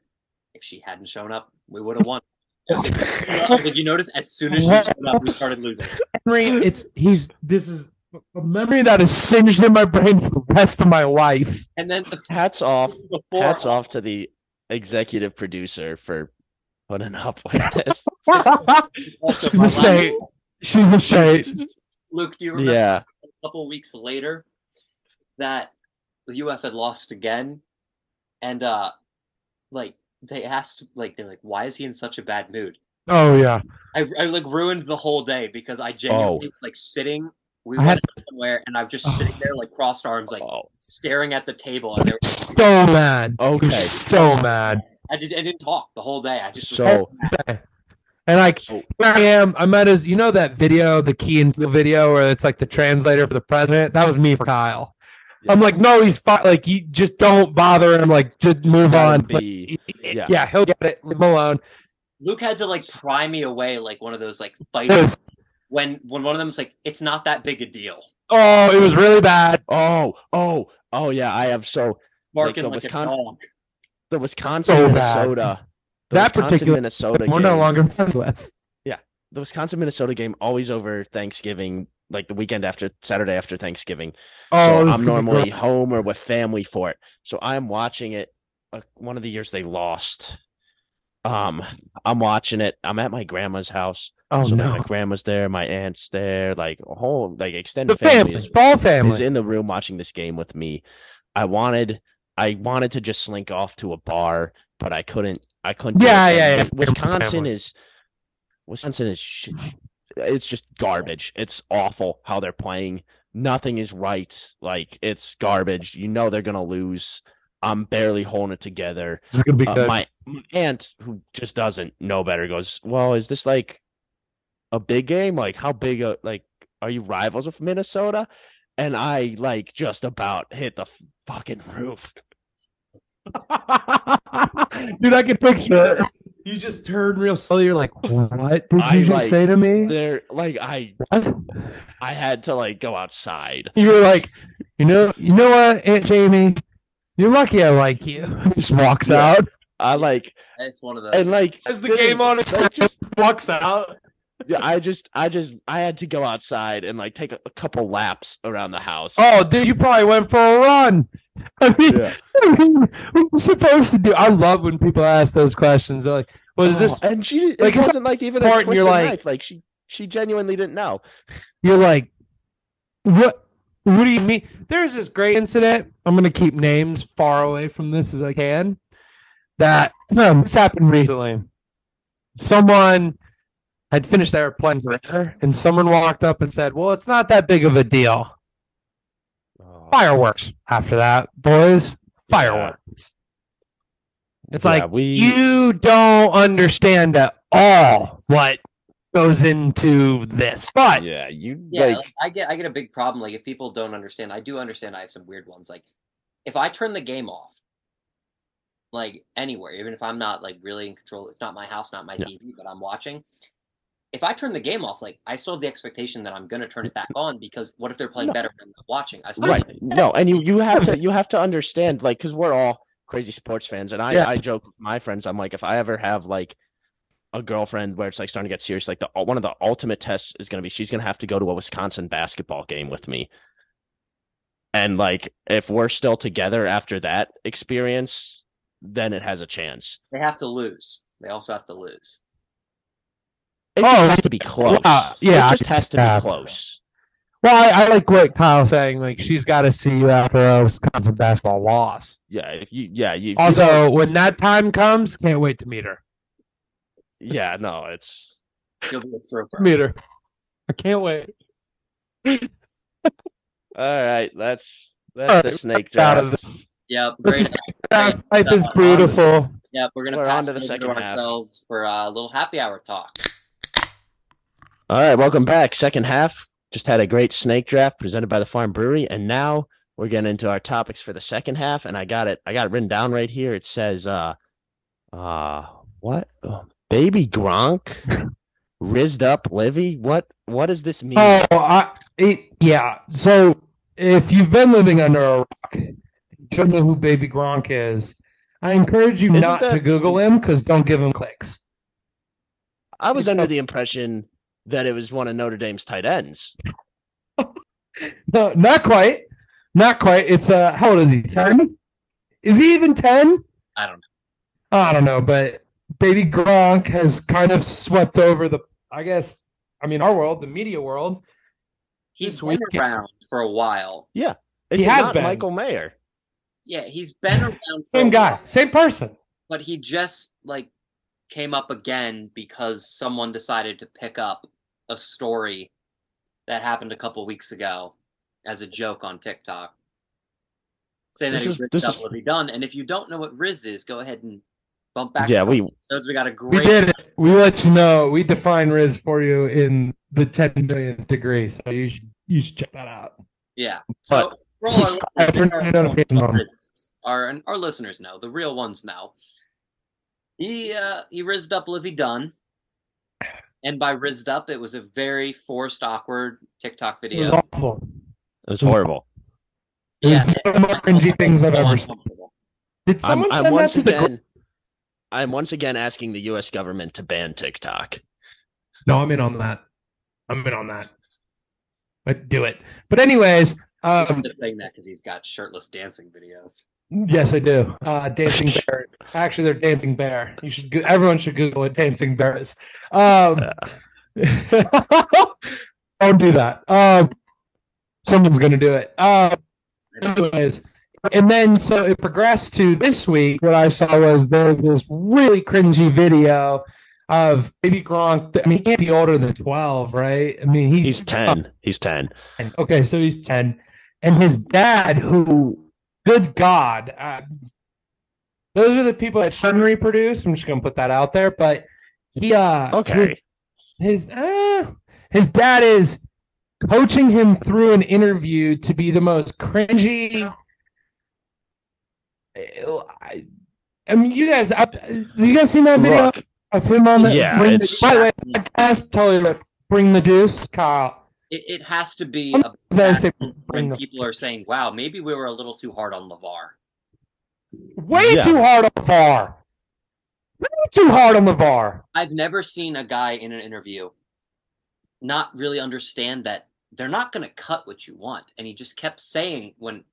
Speaker 1: if she hadn't shown up, we would have won. I was like, I was like, you notice, as soon as she showed up, we started losing.
Speaker 3: Henry, it's he's this is a memory that is singed in my brain for the rest of my life.
Speaker 1: And then the
Speaker 2: Hats off.
Speaker 1: before,
Speaker 2: Hats off to the executive producer for putting up with this.
Speaker 1: also
Speaker 3: She's a saint. She's a saint.
Speaker 1: Luke, do you remember
Speaker 2: yeah.
Speaker 1: a couple weeks later that the UF had lost again, and uh, like they asked, like they're like, why is he in such a bad mood?
Speaker 3: Oh yeah.
Speaker 1: I, I like ruined the whole day because I genuinely
Speaker 2: Oh.
Speaker 1: was, like sitting. We
Speaker 3: I
Speaker 1: went
Speaker 3: had-
Speaker 1: somewhere, and I'm just sitting there like crossed arms, like
Speaker 2: Oh,
Speaker 1: staring at the table, and they were,
Speaker 3: So mad.
Speaker 2: okay.
Speaker 3: You're so mad.
Speaker 1: I just I didn't talk the whole day. I just was-
Speaker 2: So
Speaker 3: And like
Speaker 2: Oh.
Speaker 3: here I am, I'm at his. You know that video, the Key and Peele video, where it's like the translator for the president. That was me for Kyle. I'm like, no, he's fine. Like, you just don't bother him. Like, just move on.
Speaker 2: that'd be-
Speaker 3: Like,
Speaker 2: yeah.
Speaker 3: yeah, he'll get it. Leave him alone.
Speaker 1: Luke had to like pry me away, like one of those like
Speaker 3: It
Speaker 1: fights
Speaker 3: was-
Speaker 1: when when one of them's like, it's not that big a deal.
Speaker 3: oh, it was really bad.
Speaker 2: Oh, oh, oh yeah. I have so Like the
Speaker 1: Marking like, a
Speaker 2: Wisconsin-
Speaker 1: dog.
Speaker 2: the Wisconsin
Speaker 3: So bad.
Speaker 2: Minnesota. The
Speaker 3: That
Speaker 2: Wisconsin
Speaker 3: particular-
Speaker 2: Minnesota
Speaker 3: We're
Speaker 2: game.
Speaker 3: no longer friends with.
Speaker 2: the Wisconsin Minnesota game always over Thanksgiving, like the weekend after Saturday after Thanksgiving.
Speaker 3: Oh,
Speaker 2: so
Speaker 3: this is
Speaker 2: I'm
Speaker 3: gonna be
Speaker 2: normally
Speaker 3: rough.
Speaker 2: home or with family for it. So I'm watching it. Uh, one of the years they lost. Um, I'm watching it. I'm at my grandma's house.
Speaker 3: Oh
Speaker 2: so like,
Speaker 3: no,
Speaker 2: my grandma's there, my aunt's there, like a whole like extended
Speaker 3: the family,
Speaker 2: is,
Speaker 3: ball
Speaker 2: is
Speaker 3: family.
Speaker 2: in the room watching this game with me. I wanted, I wanted to just slink off to a bar, but I couldn't. I couldn't. do
Speaker 3: Yeah,
Speaker 2: it.
Speaker 3: yeah, yeah.
Speaker 2: Wisconsin
Speaker 3: Family.
Speaker 2: is, Wisconsin is, sh- it's just garbage. It's awful how they're playing. Nothing is right. Like it's garbage. You know they're gonna lose. I'm barely holding it together.
Speaker 3: This is gonna be
Speaker 2: Uh,
Speaker 3: good.
Speaker 2: my my aunt, who just doesn't know better, goes, "Well, is this like a big game? Like how big? A, like are you rivals with Minnesota?" And I like just about hit the fucking roof.
Speaker 3: Dude, I can picture it. You just turned real slow. You're like, what did you
Speaker 2: I,
Speaker 3: just
Speaker 2: like,
Speaker 3: say to me?
Speaker 2: There, like I, I had to like go outside.
Speaker 3: You were like, you know, you know what, Aunt Jamie, you're lucky I like you. Just walks
Speaker 2: Yeah.
Speaker 3: out
Speaker 2: I like
Speaker 1: It's one of those.
Speaker 2: and like
Speaker 3: as
Speaker 2: the game on,
Speaker 3: Just
Speaker 2: like, just
Speaker 3: walks out.
Speaker 2: yeah, I just I just I had to go outside and like take a, a couple laps around the house.
Speaker 3: Oh, dude, you probably went for a run. I mean,
Speaker 2: Yeah.
Speaker 3: what you supposed to do? I love when people ask those questions. They're like, "What is this?"
Speaker 2: Oh, And she it
Speaker 3: like, it's
Speaker 2: wasn't like even a
Speaker 3: part
Speaker 2: twist
Speaker 3: and
Speaker 2: of
Speaker 3: you're like-
Speaker 2: knife. Like she she genuinely didn't know.
Speaker 3: You're like, what? What do you mean? There's this great incident. I'm gonna keep names far away from this as I can. That um, this happened recently. Someone had finished their plunge dinner, and someone walked up and said, "Well, it's not that big of a deal." Fireworks. After that, boys, fireworks. It's like
Speaker 2: we
Speaker 3: You don't understand at all what goes into this, but
Speaker 2: yeah you
Speaker 1: Yeah,
Speaker 2: like,
Speaker 1: like, I get I get a big problem. Like if people don't understand, I do understand. I have some weird ones. Like if I turn the game off, like anywhere, even if I'm not like really in control, it's not my house, not my
Speaker 2: Yeah.
Speaker 1: TV, but I'm watching. If I turn the game off, like I still have the expectation that I'm gonna turn it back on because what if they're playing
Speaker 2: No.
Speaker 1: better than I'm watching? I still
Speaker 2: right no and you you have to you have to understand like because we're all crazy sports fans and I
Speaker 3: Yeah.
Speaker 2: I joke with my friends I'm like if I ever have like a girlfriend where it's like starting to get serious like the one of the ultimate tests is gonna be she's gonna have to go to a Wisconsin basketball game with me. And like if we're still together after that experience, then it has a chance.
Speaker 1: they have to lose. They also have to lose.
Speaker 2: It
Speaker 3: Oh,
Speaker 2: just Oh, has to be close.
Speaker 3: yeah, I
Speaker 2: it just has to
Speaker 3: yeah.
Speaker 2: be close.
Speaker 3: Well, I, I like what Kyle saying. Like she's got to see you after a Wisconsin basketball loss.
Speaker 2: Yeah, if you yeah you
Speaker 3: Also, when that time comes, can't wait to meet her.
Speaker 2: yeah no it's
Speaker 1: You'll be a trooper.
Speaker 3: Meet her. I can't wait.
Speaker 2: all right. That's that's
Speaker 3: All right,
Speaker 2: the snake
Speaker 3: Get out
Speaker 2: draft.
Speaker 3: of this.
Speaker 1: Yep,
Speaker 3: This
Speaker 1: great.
Speaker 3: is- That life is
Speaker 1: Right.
Speaker 3: beautiful.
Speaker 1: Yep, we're gonna
Speaker 2: We're
Speaker 1: pass
Speaker 2: on to
Speaker 1: it
Speaker 2: the
Speaker 1: over
Speaker 2: second half.
Speaker 1: ourselves for a little happy hour talk.
Speaker 2: All right, welcome back. Second half. Just had a great snake draft presented by the Farm Brewery, and now we're getting into our topics for the second half. And I got it. I got it written down right here. It says, uh, uh, what? Oh, baby Gronk, rizzed up Livy. What? What does this mean?
Speaker 3: Oh, I, it, yeah. So if you've been living under a rock, you don't know who Baby Gronk is. I encourage you
Speaker 2: Isn't
Speaker 3: not to
Speaker 2: that-
Speaker 3: Google him because don't give him clicks.
Speaker 2: I was under the impression that it was one of Notre Dame's tight ends.
Speaker 3: No, not quite. Not quite. It's uh, how old is he? Ten? Is he even ten?
Speaker 1: I don't
Speaker 3: know. I don't know, but Baby Gronk has kind of swept over the. I guess. I mean, our world, the media world.
Speaker 1: He's
Speaker 3: This
Speaker 1: been
Speaker 3: weekend-
Speaker 1: around for a while.
Speaker 2: It's
Speaker 3: has
Speaker 2: not
Speaker 3: been.
Speaker 2: Michael Mayer.
Speaker 1: Yeah, he's been around. for a
Speaker 3: Same guy,
Speaker 1: while,
Speaker 3: same person.
Speaker 1: but he just like came up again because someone decided to pick up a story that happened a couple weeks ago as a joke on TikTok, saying
Speaker 2: This
Speaker 1: that
Speaker 2: is-
Speaker 1: he's
Speaker 2: this
Speaker 1: rizzed up
Speaker 2: is-
Speaker 1: what he done. And if you don't know what Riz is, go ahead and bump back.
Speaker 2: Yeah, we
Speaker 1: So we got a great.
Speaker 3: We did it. We let you know. We define Riz for you in the 10 millionth degree. So you should you should check that out.
Speaker 1: Yeah.
Speaker 2: But-
Speaker 1: So overall, our
Speaker 3: Subscribe, turn your notifications on.
Speaker 1: listeners- our our listeners know the real ones know. He uh, he rizzed up Livy Dunn, and by rizzed up, it was a very forced, awkward TikTok
Speaker 3: It
Speaker 1: video.
Speaker 3: was awful.
Speaker 2: it was horrible.
Speaker 3: It was one of the more cringy things I've ever seen. Did someone
Speaker 2: I'm, I'm
Speaker 3: send that
Speaker 2: once
Speaker 3: to the group?
Speaker 2: again- I'm once again asking the U.S. government to ban TikTok.
Speaker 3: No, I'm in on that. I'm in on that. But do it. But anyways, um,
Speaker 1: saying that because he's got shirtless dancing videos.
Speaker 3: yes, I do. Uh, dancing bear. Actually, they're dancing bear. You should. Go- everyone should Google what dancing bear is. Um, don't do that. Um, someone's gonna do it. Um, anyways, and then so it progressed to this week. What I saw was there was this really cringy video of baby Gronk. I mean, he can't be older than twelve, right? I mean, he's,
Speaker 2: He's ten. He's ten.
Speaker 3: 10. Okay, so he's ten, and his dad, who, good God, uh, those are the people that Sunry produced. I'm just gonna put that out there, but he, uh, his-
Speaker 2: Okay.
Speaker 3: his uh, his dad is coaching him through an interview to be the most cringy. I, I mean, you guys, I, you guys seen that video
Speaker 2: Look,
Speaker 3: of him on the?
Speaker 2: Yeah,
Speaker 3: bring the
Speaker 2: it's-
Speaker 3: by the way, podcast totally look, bring the deuce, Kyle.
Speaker 1: It, it has to be
Speaker 3: I'm
Speaker 1: a
Speaker 3: I say bring
Speaker 1: when
Speaker 3: the,
Speaker 1: people are saying, "Wow, maybe we were a little too hard on Levar."
Speaker 3: way
Speaker 2: Yeah.
Speaker 3: too hard on the bar. Way too hard on the bar.
Speaker 1: I've never seen a guy in an interview not really understand that they're not going to cut what you want. And he just kept saying when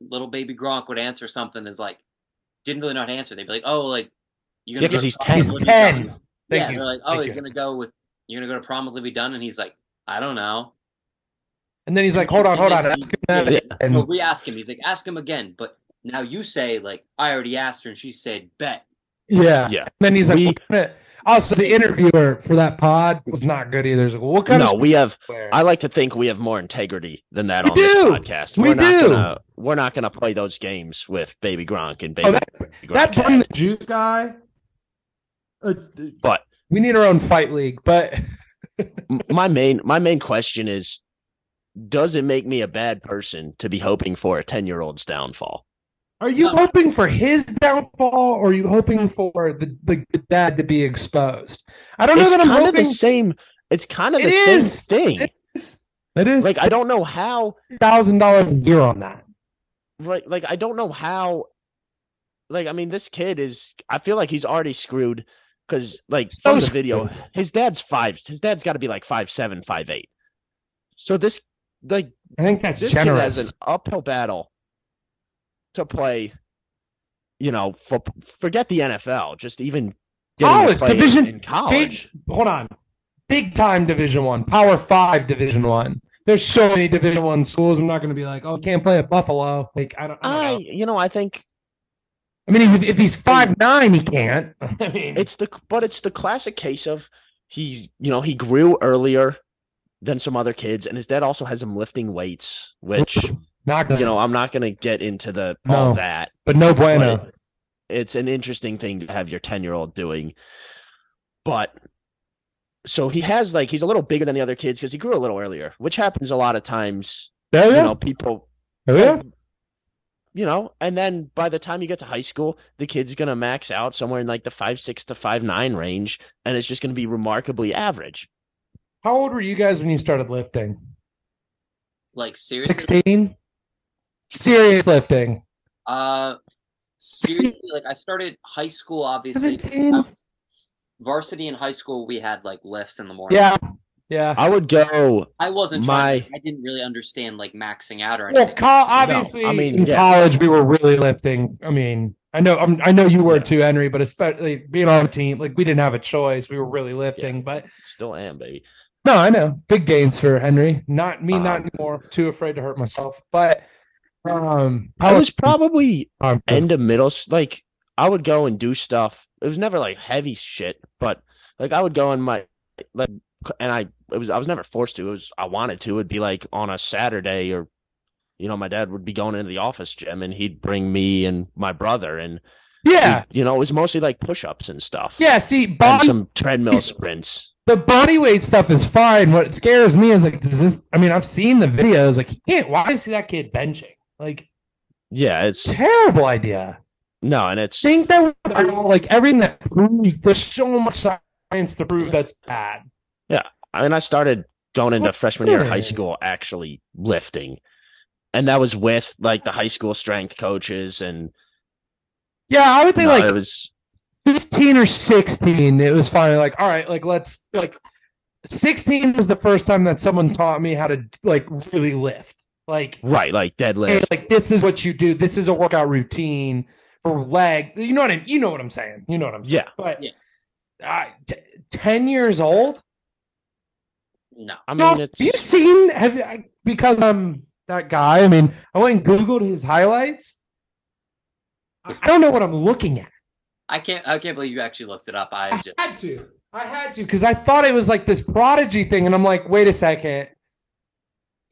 Speaker 1: little baby Gronk would answer something is like, didn't really know how to answer. They'd be like, oh, like, you're
Speaker 2: Yeah,
Speaker 1: going
Speaker 2: 'cause he's 10.
Speaker 3: He's 10. Thank
Speaker 1: yeah,
Speaker 3: you.
Speaker 1: they're like, oh,
Speaker 3: Thank
Speaker 1: he's
Speaker 3: you.
Speaker 1: going to go with, you're going to go to prom with Libby Dunn. And he's like, I don't know.
Speaker 3: And then he's like, "Hold on, hold on." Ask him that.
Speaker 2: Yeah.
Speaker 3: And
Speaker 1: So we ask him, he's like, ask him again. But now you say, like, I already asked her and she said, bet.
Speaker 3: Yeah.
Speaker 2: Yeah.
Speaker 3: then he's like,
Speaker 2: We-
Speaker 3: what kind of- also, the interviewer for that pod was not good either. He's like, what kind
Speaker 2: no,
Speaker 3: of
Speaker 2: we have.
Speaker 3: swear?
Speaker 2: I like to think we have more integrity than that
Speaker 3: We
Speaker 2: on this
Speaker 3: do.
Speaker 2: podcast.
Speaker 3: We
Speaker 2: we're Not
Speaker 3: do.
Speaker 2: gonna, we're not going to play those games with Baby Gronk and Baby.
Speaker 3: Oh, that-
Speaker 2: Gronk
Speaker 3: that
Speaker 2: had
Speaker 3: bun the
Speaker 2: it.
Speaker 3: Jews guy? Uh,
Speaker 2: But-
Speaker 3: we need our own fight league, but
Speaker 2: M- my main my main question is, does it make me a bad person to be hoping for a ten year old's downfall?
Speaker 3: are you
Speaker 1: No.
Speaker 3: hoping for his downfall or are you hoping for the, the dad to be exposed? I don't know
Speaker 2: it's
Speaker 3: that I'm
Speaker 2: kind
Speaker 3: hoping.
Speaker 2: of the same. It's kind of
Speaker 3: It
Speaker 2: the same
Speaker 3: is.
Speaker 2: thing.
Speaker 3: It It is
Speaker 2: like I don't know how
Speaker 3: thousand dollars a year on that.
Speaker 2: like like I don't know how like I mean this kid is I feel like he's already screwed because like
Speaker 3: So
Speaker 2: from the video
Speaker 3: screwed.
Speaker 2: his dad's five his dad's got to be like five seven five eight so this like
Speaker 3: I think that's
Speaker 2: this kid
Speaker 3: generous.
Speaker 2: has an uphill battle to play you know for, forget the NFL just even getting to
Speaker 3: College,
Speaker 2: play in-
Speaker 3: Division
Speaker 2: in college
Speaker 3: Big, hold on, big time Division One, Power Five Division One. There's so many Division One schools. I'm not going to be like, oh, can't play at Buffalo. Like I don't. I, don't
Speaker 2: I,
Speaker 3: know.
Speaker 2: you know, I think
Speaker 3: I mean, if, if he's five nine, he can't. I mean,
Speaker 2: it's the but it's the classic case of he, you know, he grew earlier than some other kids, and his dad also has him lifting weights, which
Speaker 3: not gonna,
Speaker 2: you know, I'm not going to get into the all
Speaker 3: No.
Speaker 2: that.
Speaker 3: but no bueno.
Speaker 2: but it's an interesting thing to have your 10 year old doing. But so he has like he's a little bigger than the other kids because he grew a little earlier, which happens a lot of times.
Speaker 3: There
Speaker 2: You
Speaker 3: you
Speaker 2: know,
Speaker 3: go.
Speaker 2: people
Speaker 3: There you go.
Speaker 2: you know, and then by the time you get to high school, the kid's gonna max out somewhere in like the five six to five nine range, and it's just gonna be remarkably average.
Speaker 3: How old were you guys when you started lifting?
Speaker 1: Like seriously,
Speaker 3: Sixteen. Serious lifting.
Speaker 1: uh, seriously, like I started high school. Obviously,
Speaker 3: Seventeen.
Speaker 1: I was- varsity in high school, we had like lifts in the morning.
Speaker 3: Yeah. Yeah.
Speaker 2: I would go
Speaker 1: I wasn't trying.
Speaker 2: My-
Speaker 1: I didn't really understand like maxing out or
Speaker 3: Well,
Speaker 1: anything.
Speaker 3: col- obviously,
Speaker 2: I mean,
Speaker 3: in
Speaker 2: yeah.
Speaker 3: college we were really lifting. I mean, I know, I'm, I know you were
Speaker 2: Yeah.
Speaker 3: too, Henry, but especially being on a team, like we didn't have a choice. We were really lifting, but
Speaker 2: still am, baby.
Speaker 3: no, I know big gains for Henry. Not me, not
Speaker 2: Um,
Speaker 3: anymore. Too afraid to hurt myself, but um,
Speaker 2: I was probably
Speaker 3: um,
Speaker 2: end of middle s- like I would go and do stuff. It was never like heavy shit, but like I would go in my like and I it was I was never forced to. It was I wanted to. It'd be like on a Saturday or you know, my dad would be going into the office gym and he'd bring me and my brother and
Speaker 3: yeah,
Speaker 2: you know, it was mostly like push ups and stuff.
Speaker 3: yeah. See,
Speaker 2: And
Speaker 3: body,
Speaker 2: some treadmill sprints.
Speaker 3: the body weight stuff is fine. What scares me is like, does this? I mean, I've seen the videos. Like, he can't. Why is that kid benching? Like,
Speaker 2: Yeah, it's
Speaker 3: terrible idea.
Speaker 2: no, and it's
Speaker 3: think that like everything that proves there's so much science to prove that's bad.
Speaker 2: I mean, I started going into
Speaker 3: Well,
Speaker 2: freshman year of high
Speaker 3: good.
Speaker 2: school actually lifting, and that was with like the high school strength coaches, and
Speaker 3: Yeah, I would say
Speaker 2: no,
Speaker 3: like
Speaker 2: it was
Speaker 3: 15 or 16. It was finally like, all right, like let's like 16 was the first time that someone taught me how to like really lift. Like,
Speaker 2: right, like
Speaker 3: hey,
Speaker 2: deadlift.
Speaker 3: like this is what you do. This is a workout routine for leg. You know what I mean? You know what I'm saying? You know what I'm saying?
Speaker 2: Yeah,
Speaker 3: But
Speaker 1: Yeah.
Speaker 3: I- t- 10 years old.
Speaker 1: No,
Speaker 2: I
Speaker 3: Josh,
Speaker 2: mean,
Speaker 3: have you
Speaker 2: it's
Speaker 3: seen have you, I- because I'm that guy? I mean, I went and googled his highlights. I I don't know what I'm looking at.
Speaker 1: I can't. I can't believe you actually looked it up. I
Speaker 3: I
Speaker 1: just
Speaker 3: had to. I had to because I thought it was like this prodigy thing, and I'm like, wait a second.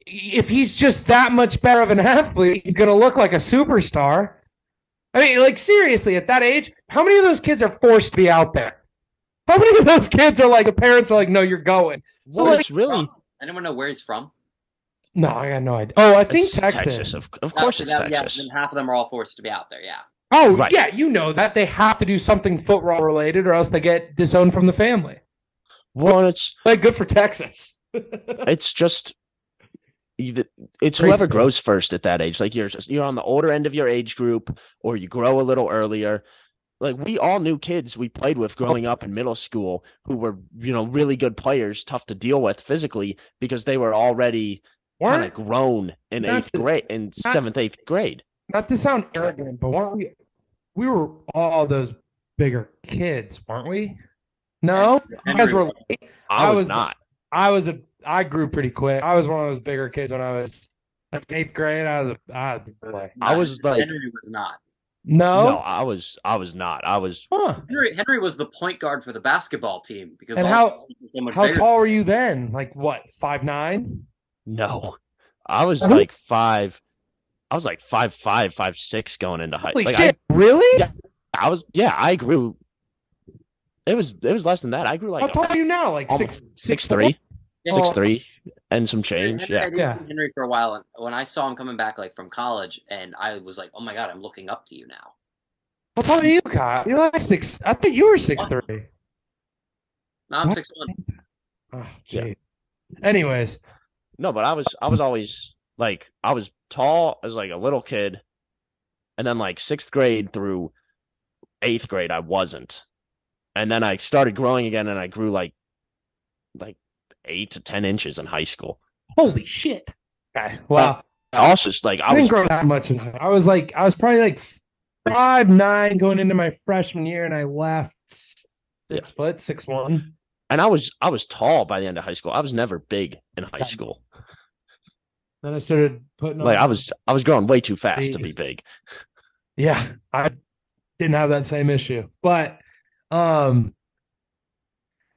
Speaker 3: If he's just that much better of an athlete, he's gonna look like a superstar. I mean, like seriously, at that age, how many of those kids are forced to be out there? How many of those kids are like the parents are like, no, you're going. So
Speaker 2: well,
Speaker 3: like,
Speaker 2: it's really
Speaker 1: anyone know where he's from?
Speaker 3: no, I got no idea. Oh, I think
Speaker 2: it's
Speaker 3: Texas
Speaker 2: Of, of course, it's
Speaker 1: That- that-
Speaker 2: Texas.
Speaker 1: Yeah, then half of them are all forced to be out there. Yeah.
Speaker 3: Oh
Speaker 2: Right.
Speaker 3: yeah, you know that they have to do something football related, or else they get disowned from the family.
Speaker 2: Well, and it's
Speaker 3: Like good for Texas.
Speaker 2: it's just you- it's
Speaker 3: Great
Speaker 2: whoever
Speaker 3: stuff.
Speaker 2: grows first at that age. Like you're you're on the older end of your age group, or you grow a little earlier. Like we all knew kids we played with growing up in middle school who were you know really good players, tough to deal with physically because they were already kind of
Speaker 3: Weren't
Speaker 2: grown in
Speaker 3: Not
Speaker 2: eighth
Speaker 3: to-
Speaker 2: grade, in
Speaker 3: not-
Speaker 2: seventh eighth grade.
Speaker 3: not to sound arrogant, but weren't we? We were all those bigger kids, weren't we? No, you guys were.
Speaker 2: I,
Speaker 3: I
Speaker 2: was,
Speaker 3: was-
Speaker 2: not.
Speaker 3: I was a. I grew pretty quick. I was one of those bigger kids when I was in eighth grade. I was a. I was a big boy.
Speaker 2: I was like-
Speaker 1: Henry was not.
Speaker 3: No.
Speaker 2: No, I was I was not. I was
Speaker 3: Huh.
Speaker 1: Henry, Henry was the point guard for the basketball team because
Speaker 3: And
Speaker 1: all
Speaker 3: how-
Speaker 1: the teams were so much
Speaker 3: How
Speaker 1: bigger.
Speaker 3: tall were you then? Like what? Five nine.
Speaker 2: no. I was
Speaker 3: Who?
Speaker 2: like five. I was like five five five six going into high.
Speaker 3: Holy
Speaker 2: like, I
Speaker 3: shit! really?
Speaker 2: Yeah, I was yeah, I grew. It was it was less than that. I grew like
Speaker 3: How tall are you now? Like six
Speaker 2: six
Speaker 3: four?
Speaker 2: three,
Speaker 1: Yeah.
Speaker 2: six three, and some change.
Speaker 1: Henry, I
Speaker 2: Yeah,
Speaker 1: didn't
Speaker 3: Yeah.
Speaker 1: see Henry for a while, and when I saw him coming back like from college, and I was like, "Oh my god, I'm looking up to you now."
Speaker 3: How tall are you, Kyle? You're like six. I think you were six three.
Speaker 1: Now I'm
Speaker 3: What?
Speaker 1: six one.
Speaker 3: Oh,
Speaker 2: Yeah.
Speaker 3: gee. Anyways,
Speaker 2: no, but I was I was always like I was tall as like a little kid, and then like sixth grade through eighth grade I wasn't, and then I started growing again, and I grew like like eight to ten inches in high school.
Speaker 3: holy shit! Okay. Wow,
Speaker 2: I also just, like
Speaker 3: I
Speaker 2: I
Speaker 3: didn't
Speaker 2: was
Speaker 3: grow that much. In high- I was like, I was probably like five nine going into my freshman year, and I left six
Speaker 2: Yeah.
Speaker 3: foot six one.
Speaker 2: and I was I was tall by the end of high school. I was never big in high
Speaker 3: Yeah.
Speaker 2: school.
Speaker 3: Then I started putting on
Speaker 2: Like I was, I was growing way too fast to be
Speaker 3: Jeez.
Speaker 2: big.
Speaker 3: Yeah, I didn't have that same issue. But um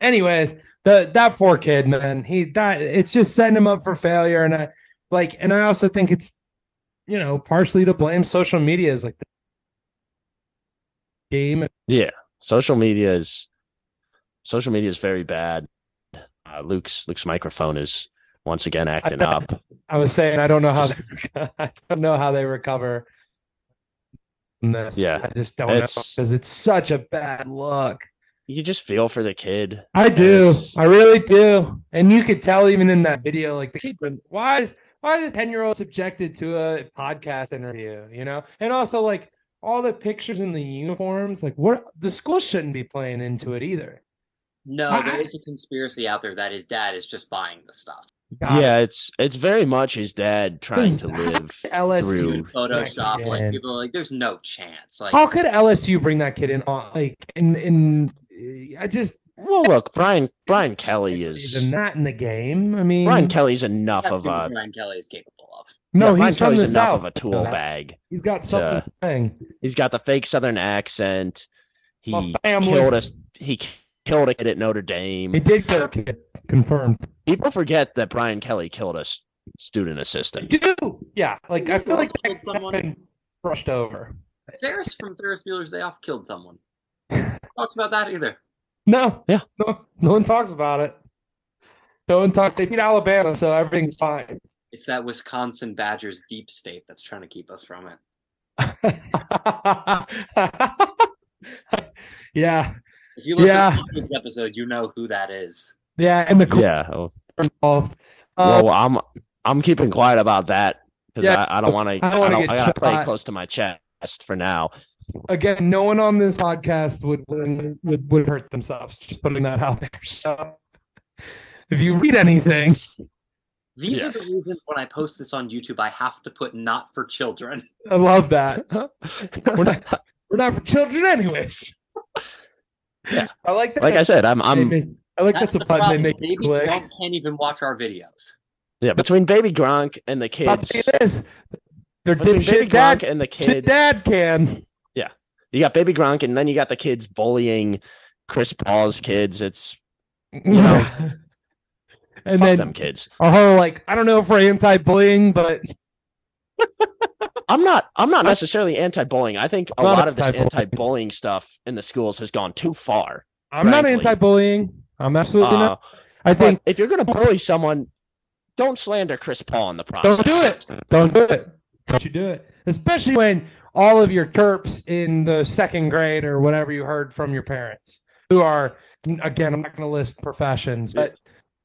Speaker 3: anyways, the that poor kid, man, he that it's just setting him up for failure. And I like and I also think it's you know, partially to blame social media is like the game.
Speaker 2: Yeah, social media is, social media is very bad. Uh, Luke's Luke's microphone is once again acting up.
Speaker 3: I was saying I don't know how they reco- I don't know how they recover from this.
Speaker 2: Yeah,
Speaker 3: I just don't know
Speaker 2: it's-
Speaker 3: because it's such a bad look.
Speaker 2: You just feel for the kid.
Speaker 3: I do.
Speaker 2: Yes.
Speaker 3: I really do. And you could tell even in that video, like the kid, why is why is a ten year old subjected to a podcast interview? You know, and also like all the pictures in the uniforms, like what the school shouldn't be playing into it either.
Speaker 1: No,
Speaker 3: I-
Speaker 1: there is a conspiracy out there that his dad is just buying the stuff.
Speaker 3: God,
Speaker 2: Yeah, it's it's very much his dad trying to
Speaker 3: that
Speaker 2: live
Speaker 3: LSU.
Speaker 2: through.
Speaker 1: Photoshop,
Speaker 3: man.
Speaker 1: like people are like, there's no chance. Like
Speaker 3: How could LSU bring that kid in? on Like, and and I just
Speaker 2: Well, look, Brian Brian Kelly is
Speaker 3: even that in the game. I mean,
Speaker 2: Brian Kelly's enough
Speaker 1: that's
Speaker 2: of uh,
Speaker 1: what
Speaker 2: a
Speaker 1: Brian Kelly is capable of.
Speaker 3: no,
Speaker 2: yeah, Brian
Speaker 3: he's from
Speaker 2: Kelly's
Speaker 3: the
Speaker 2: enough
Speaker 3: south.
Speaker 2: of a tool
Speaker 3: Yeah.
Speaker 2: bag.
Speaker 3: He's got something playing.
Speaker 2: He's got the fake Southern accent. He
Speaker 3: My family.
Speaker 2: killed us. He killed a kid at Notre Dame.
Speaker 3: He did get a kid confirmed.
Speaker 2: People forget that Brian Kelly killed a s- student assistant.
Speaker 3: do. Yeah, like I feel like
Speaker 1: Killed
Speaker 3: that's
Speaker 1: someone.
Speaker 3: been brushed over.
Speaker 1: Ferris from Ferris Bueller's Day Off killed someone. Talked about that either.
Speaker 3: No,
Speaker 2: Yeah.
Speaker 3: no, no one talks about it. No one talks. They beat Alabama, so everything's fine.
Speaker 1: It's that Wisconsin Badgers deep state that's trying to keep us from it.
Speaker 3: yeah,
Speaker 1: If you listen
Speaker 3: Yeah.
Speaker 1: to this episode, you know who that is.
Speaker 3: yeah, and the Colts
Speaker 2: Yeah. oh,
Speaker 3: are involved. Uh,
Speaker 2: Well, I'm I'm keeping quiet about that because
Speaker 3: Yeah.
Speaker 2: I, I don't want to.
Speaker 3: I
Speaker 2: I,
Speaker 3: don't wanna
Speaker 2: don't-
Speaker 3: get
Speaker 2: I gotta play
Speaker 3: shot.
Speaker 2: close to my chest for now.
Speaker 3: again, no one on this podcast would would would- would hurt themselves just putting that out there. So, if you read anything,
Speaker 1: These
Speaker 2: Yeah.
Speaker 1: are the reasons when I post this on YouTube, I have to put not for children.
Speaker 3: I love that. We're not we're not for children, anyways.
Speaker 2: Yeah.
Speaker 3: I like that.
Speaker 2: like I said, I'm I'm
Speaker 3: They make- I like that's a
Speaker 1: the
Speaker 3: button
Speaker 1: problem.
Speaker 3: they make
Speaker 1: Baby
Speaker 3: you click.
Speaker 1: Gronk can't even watch our videos.
Speaker 2: yeah between baby Gronk and the
Speaker 3: I'll
Speaker 2: kids.
Speaker 3: tell you this. They're
Speaker 2: Between baby
Speaker 3: dipshit
Speaker 2: Gronk
Speaker 3: dad.
Speaker 2: and the
Speaker 3: shit
Speaker 2: kids.
Speaker 3: Dad can.
Speaker 2: You got baby Gronk, and then you got the kids bullying Chris Paul's kids. It's
Speaker 3: Yeah.
Speaker 2: fuck
Speaker 3: and then
Speaker 2: them kids.
Speaker 3: a whole like, I don't know if we're anti-bullying, but
Speaker 2: I'm not. I'm not necessarily anti-bullying. I think a
Speaker 3: Not
Speaker 2: lot of this
Speaker 3: anti-bullying.
Speaker 2: anti-bullying stuff in the schools has gone too far.
Speaker 3: I'm not
Speaker 2: Frankly.
Speaker 3: anti-bullying. I'm absolutely
Speaker 2: Uh,
Speaker 3: not. I
Speaker 2: but
Speaker 3: think
Speaker 2: if you're going to bully someone, don't slander Chris Paul in the process.
Speaker 3: don't do it. Don't do it. Don't you do it. Especially when all of your chirps in the second grade or whatever you heard from your parents, who are again, I'm not going to list professions, but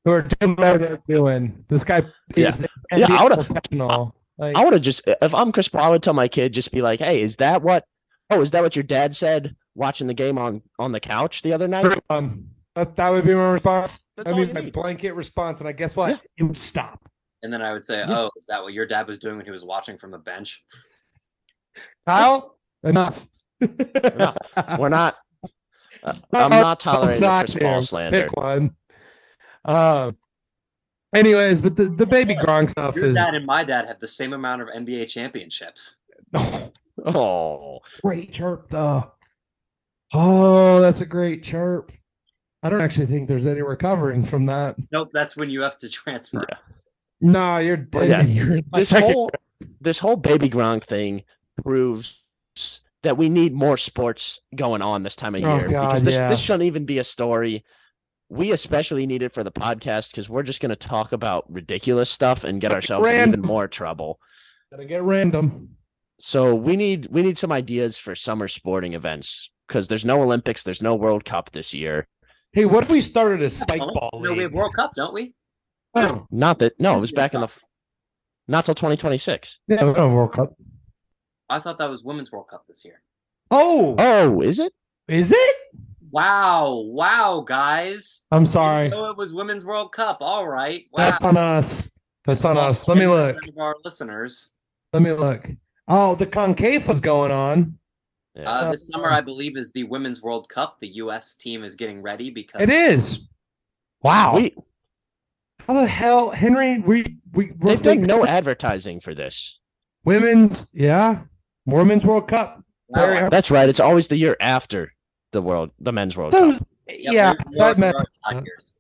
Speaker 3: who are doing whatever they're doing. This guy is an
Speaker 2: Yeah, I
Speaker 3: NBA
Speaker 2: would've-
Speaker 3: professional. Like,
Speaker 2: I would have just. If I'm Chris Paul, I would tell my kid just be like, "Hey, is that what? Oh, is that what your dad said watching the game on on the couch the other night?"
Speaker 3: um, that, that would be my response.
Speaker 2: That's
Speaker 3: I
Speaker 2: all
Speaker 3: mean,
Speaker 2: you
Speaker 3: my
Speaker 2: need.
Speaker 3: blanket response, and I guess what?
Speaker 2: Yeah.
Speaker 3: It would stop.
Speaker 1: And then I would say, "Oh, is that what your dad was doing when he was watching from the bench?"
Speaker 3: Kyle, enough.
Speaker 2: We're not. uh, I'm not tolerating the
Speaker 3: Socks
Speaker 2: Chris Paul
Speaker 3: here.
Speaker 2: slander.
Speaker 3: Pick one. Um. Anyways, but the, the baby Gronk stuff
Speaker 1: Your
Speaker 3: is
Speaker 1: dad and my dad have the same amount of NBA championships.
Speaker 2: Oh,
Speaker 3: great chirp though. Oh, that's a great chirp. I don't actually think there's any recovering from that.
Speaker 1: Nope, that's when you have to transfer.
Speaker 3: No, you're dead.
Speaker 2: Yeah.
Speaker 3: You're in my
Speaker 2: this
Speaker 3: second-
Speaker 2: whole this whole baby Gronk thing proves that we need more sports going on this time of
Speaker 3: Oh,
Speaker 2: year
Speaker 3: God,
Speaker 2: because this,
Speaker 3: yeah.
Speaker 2: this shouldn't even be a story. We especially need it for the podcast because we're just going to talk about ridiculous stuff and get ourselves in even
Speaker 3: Random.
Speaker 2: more trouble.
Speaker 3: Gotta get random.
Speaker 2: So we need we need some ideas for summer sporting events because there's no Olympics, there's no World Cup this year.
Speaker 3: Hey, what if we started a spike
Speaker 1: Oh,
Speaker 3: ball
Speaker 1: no, we have
Speaker 3: league?
Speaker 1: World Cup, don't we?
Speaker 3: Oh,
Speaker 2: Not that no, it was back in the not till 2026.
Speaker 3: yeah, we don't have World Cup.
Speaker 1: I thought that was Women's World Cup this year.
Speaker 3: Oh,
Speaker 2: Oh, is it?
Speaker 3: is it?
Speaker 1: Wow, wow, guys.
Speaker 3: I'm sorry.
Speaker 1: Oh, it was Women's World Cup. All right. Wow.
Speaker 3: That's on us. That's on us. Let me look.
Speaker 1: Of our listeners.
Speaker 3: Let me look. Oh, the concave was going on.
Speaker 2: Yeah.
Speaker 1: Uh, this summer,
Speaker 3: Um,
Speaker 1: I believe, is the Women's World Cup. The U.S. team is getting ready because
Speaker 3: It is. Wow.
Speaker 2: We
Speaker 3: How the hell, Henry? We we we're
Speaker 2: They've done
Speaker 3: fixing
Speaker 2: no advertising for this.
Speaker 3: women's. Yeah, women's World Cup. Very-
Speaker 1: Wow.
Speaker 2: That's right. It's always the year after the world, the men's World
Speaker 3: So,
Speaker 2: Cup.
Speaker 1: Yep,
Speaker 3: yeah,
Speaker 1: we're- we're
Speaker 3: that
Speaker 1: already
Speaker 3: meant
Speaker 1: on years.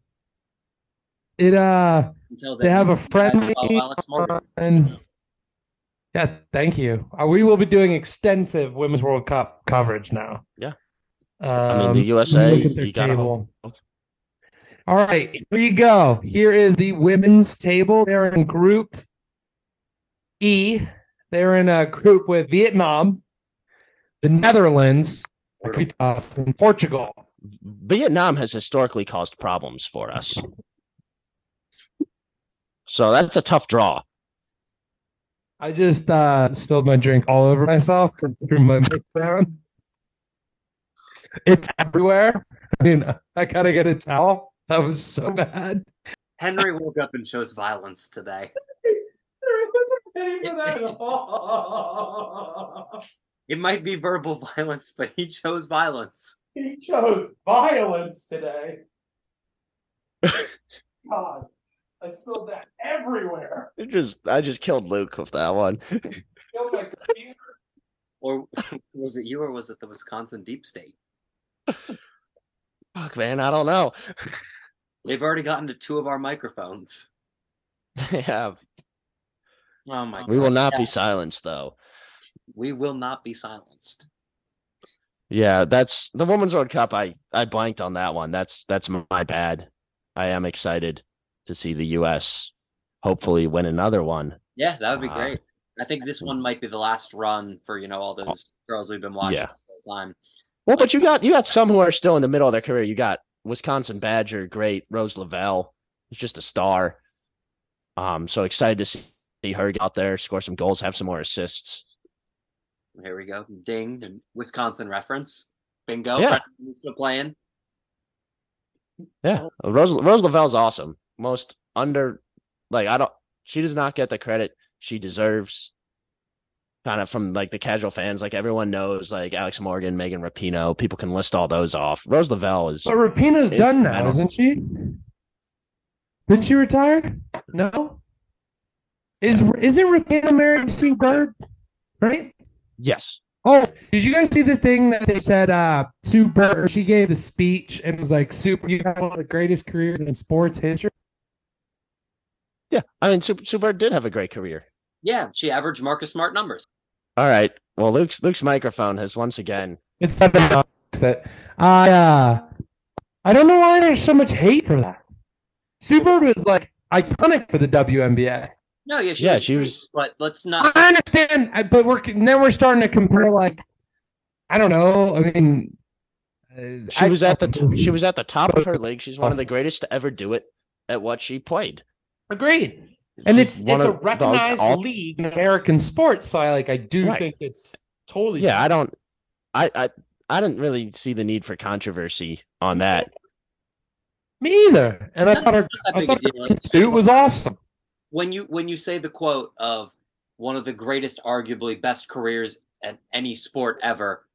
Speaker 3: it. Uh,
Speaker 1: Until
Speaker 3: they
Speaker 1: then,
Speaker 3: have a
Speaker 1: you guys
Speaker 3: friendly uh,
Speaker 1: follow Alex Morgan.
Speaker 3: on. Yeah, thank you. Uh, we will be doing extensive Women's World Cup coverage now.
Speaker 2: Yeah.
Speaker 3: Um,
Speaker 2: mean, the USA,
Speaker 3: Look at their
Speaker 2: you gotta
Speaker 3: table.
Speaker 2: hope.
Speaker 3: All right, here you go. Here is the women's table. They're in Group E. They're in a group with Vietnam, the Netherlands, that could be tough, and Portugal.
Speaker 2: Vietnam has historically caused problems for us. So that's a tough draw.
Speaker 3: I just uh, spilled my drink all over myself through my microphone. It's everywhere. I mean, I gotta get a towel. That was so bad.
Speaker 1: Henry woke up and chose violence today.
Speaker 3: There wasn't ready
Speaker 1: for that at
Speaker 3: all.
Speaker 1: It might be verbal violence, but he chose violence.
Speaker 3: He chose violence today. God, I spilled that everywhere.
Speaker 2: It just I just killed Luke with that one.
Speaker 3: Spilled my computer.
Speaker 1: Or was it you or was it the Wisconsin Deep State?
Speaker 2: Fuck man, I don't know.
Speaker 1: They've already gotten to two of our microphones.
Speaker 2: yeah,
Speaker 1: Oh my
Speaker 2: we
Speaker 1: God.
Speaker 2: will not
Speaker 1: Yeah,
Speaker 2: be silenced though.
Speaker 1: we will not be silenced.
Speaker 2: Yeah, that's the Women's World Cup. I I blanked on that one. That's that's my bad. I am excited to see the U.S. hopefully win another one.
Speaker 1: Yeah, that would be
Speaker 2: Wow.
Speaker 1: great. I think this one might be the last run for, you know, all those girls we've been watching
Speaker 2: Yeah.
Speaker 1: this whole time.
Speaker 2: Well, but you got you got some who are still in the middle of their career. You got Wisconsin Badger, great Rose Lavelle. He's just a star. Um, so excited to see, see her get out there, score some goals, have some more assists.
Speaker 1: Here we go. Ding. And Wisconsin reference. Bingo.
Speaker 2: Yeah.
Speaker 1: Still playing.
Speaker 2: Yeah, Rose Rose Lavelle's awesome. Most under, like I don't. She does not get the credit she deserves. Kind of from like the casual fans, like everyone knows, like Alex Morgan, Megan Rapinoe. People can list all those off. Rose Lavelle is
Speaker 3: But Rapinoe's
Speaker 2: It's
Speaker 3: done now,
Speaker 2: mental.
Speaker 3: isn't she? Didn't she retire? No. Is isn't Rapinoe married to Sue Bird? Right.
Speaker 2: yes,
Speaker 3: Oh, did you guys see the thing that they said? Uh, Sue Bird. She gave a speech and was like, "Super, you have one of the greatest careers in sports history."
Speaker 2: yeah. I mean, Super Super did have a great career.
Speaker 1: Yeah, she averaged Marcus Smart numbers.
Speaker 2: All right. Well, Luke's Luke's microphone has once again.
Speaker 3: It's something else that I uh, I don't know why there's so much hate for that. Sue Bird was like iconic for the WNBA.
Speaker 1: No, yeah, she
Speaker 2: Yeah,
Speaker 1: was
Speaker 2: she
Speaker 1: great,
Speaker 2: was-
Speaker 1: But let's not.
Speaker 3: I understand, I- but we're now we're starting to compare. Like, I don't know. I mean, uh,
Speaker 2: She
Speaker 3: I-
Speaker 2: was at the t- she was at the top of her league. She's one of the greatest to ever do it at what she played.
Speaker 3: agreed, and
Speaker 2: She's
Speaker 3: it's
Speaker 2: one
Speaker 3: it's a
Speaker 2: of the
Speaker 3: recognized
Speaker 2: all-
Speaker 3: league in American sports. So I like I do
Speaker 2: Right.
Speaker 3: think it's totally
Speaker 2: yeah i don't i i i didn't really see the need for controversy on that
Speaker 3: me either. And I thought her
Speaker 1: I
Speaker 3: I
Speaker 1: think
Speaker 3: thought
Speaker 1: it
Speaker 3: her
Speaker 1: is.
Speaker 3: suit was awesome.
Speaker 1: when you when you say the quote of one of the greatest, arguably best careers at any sport ever,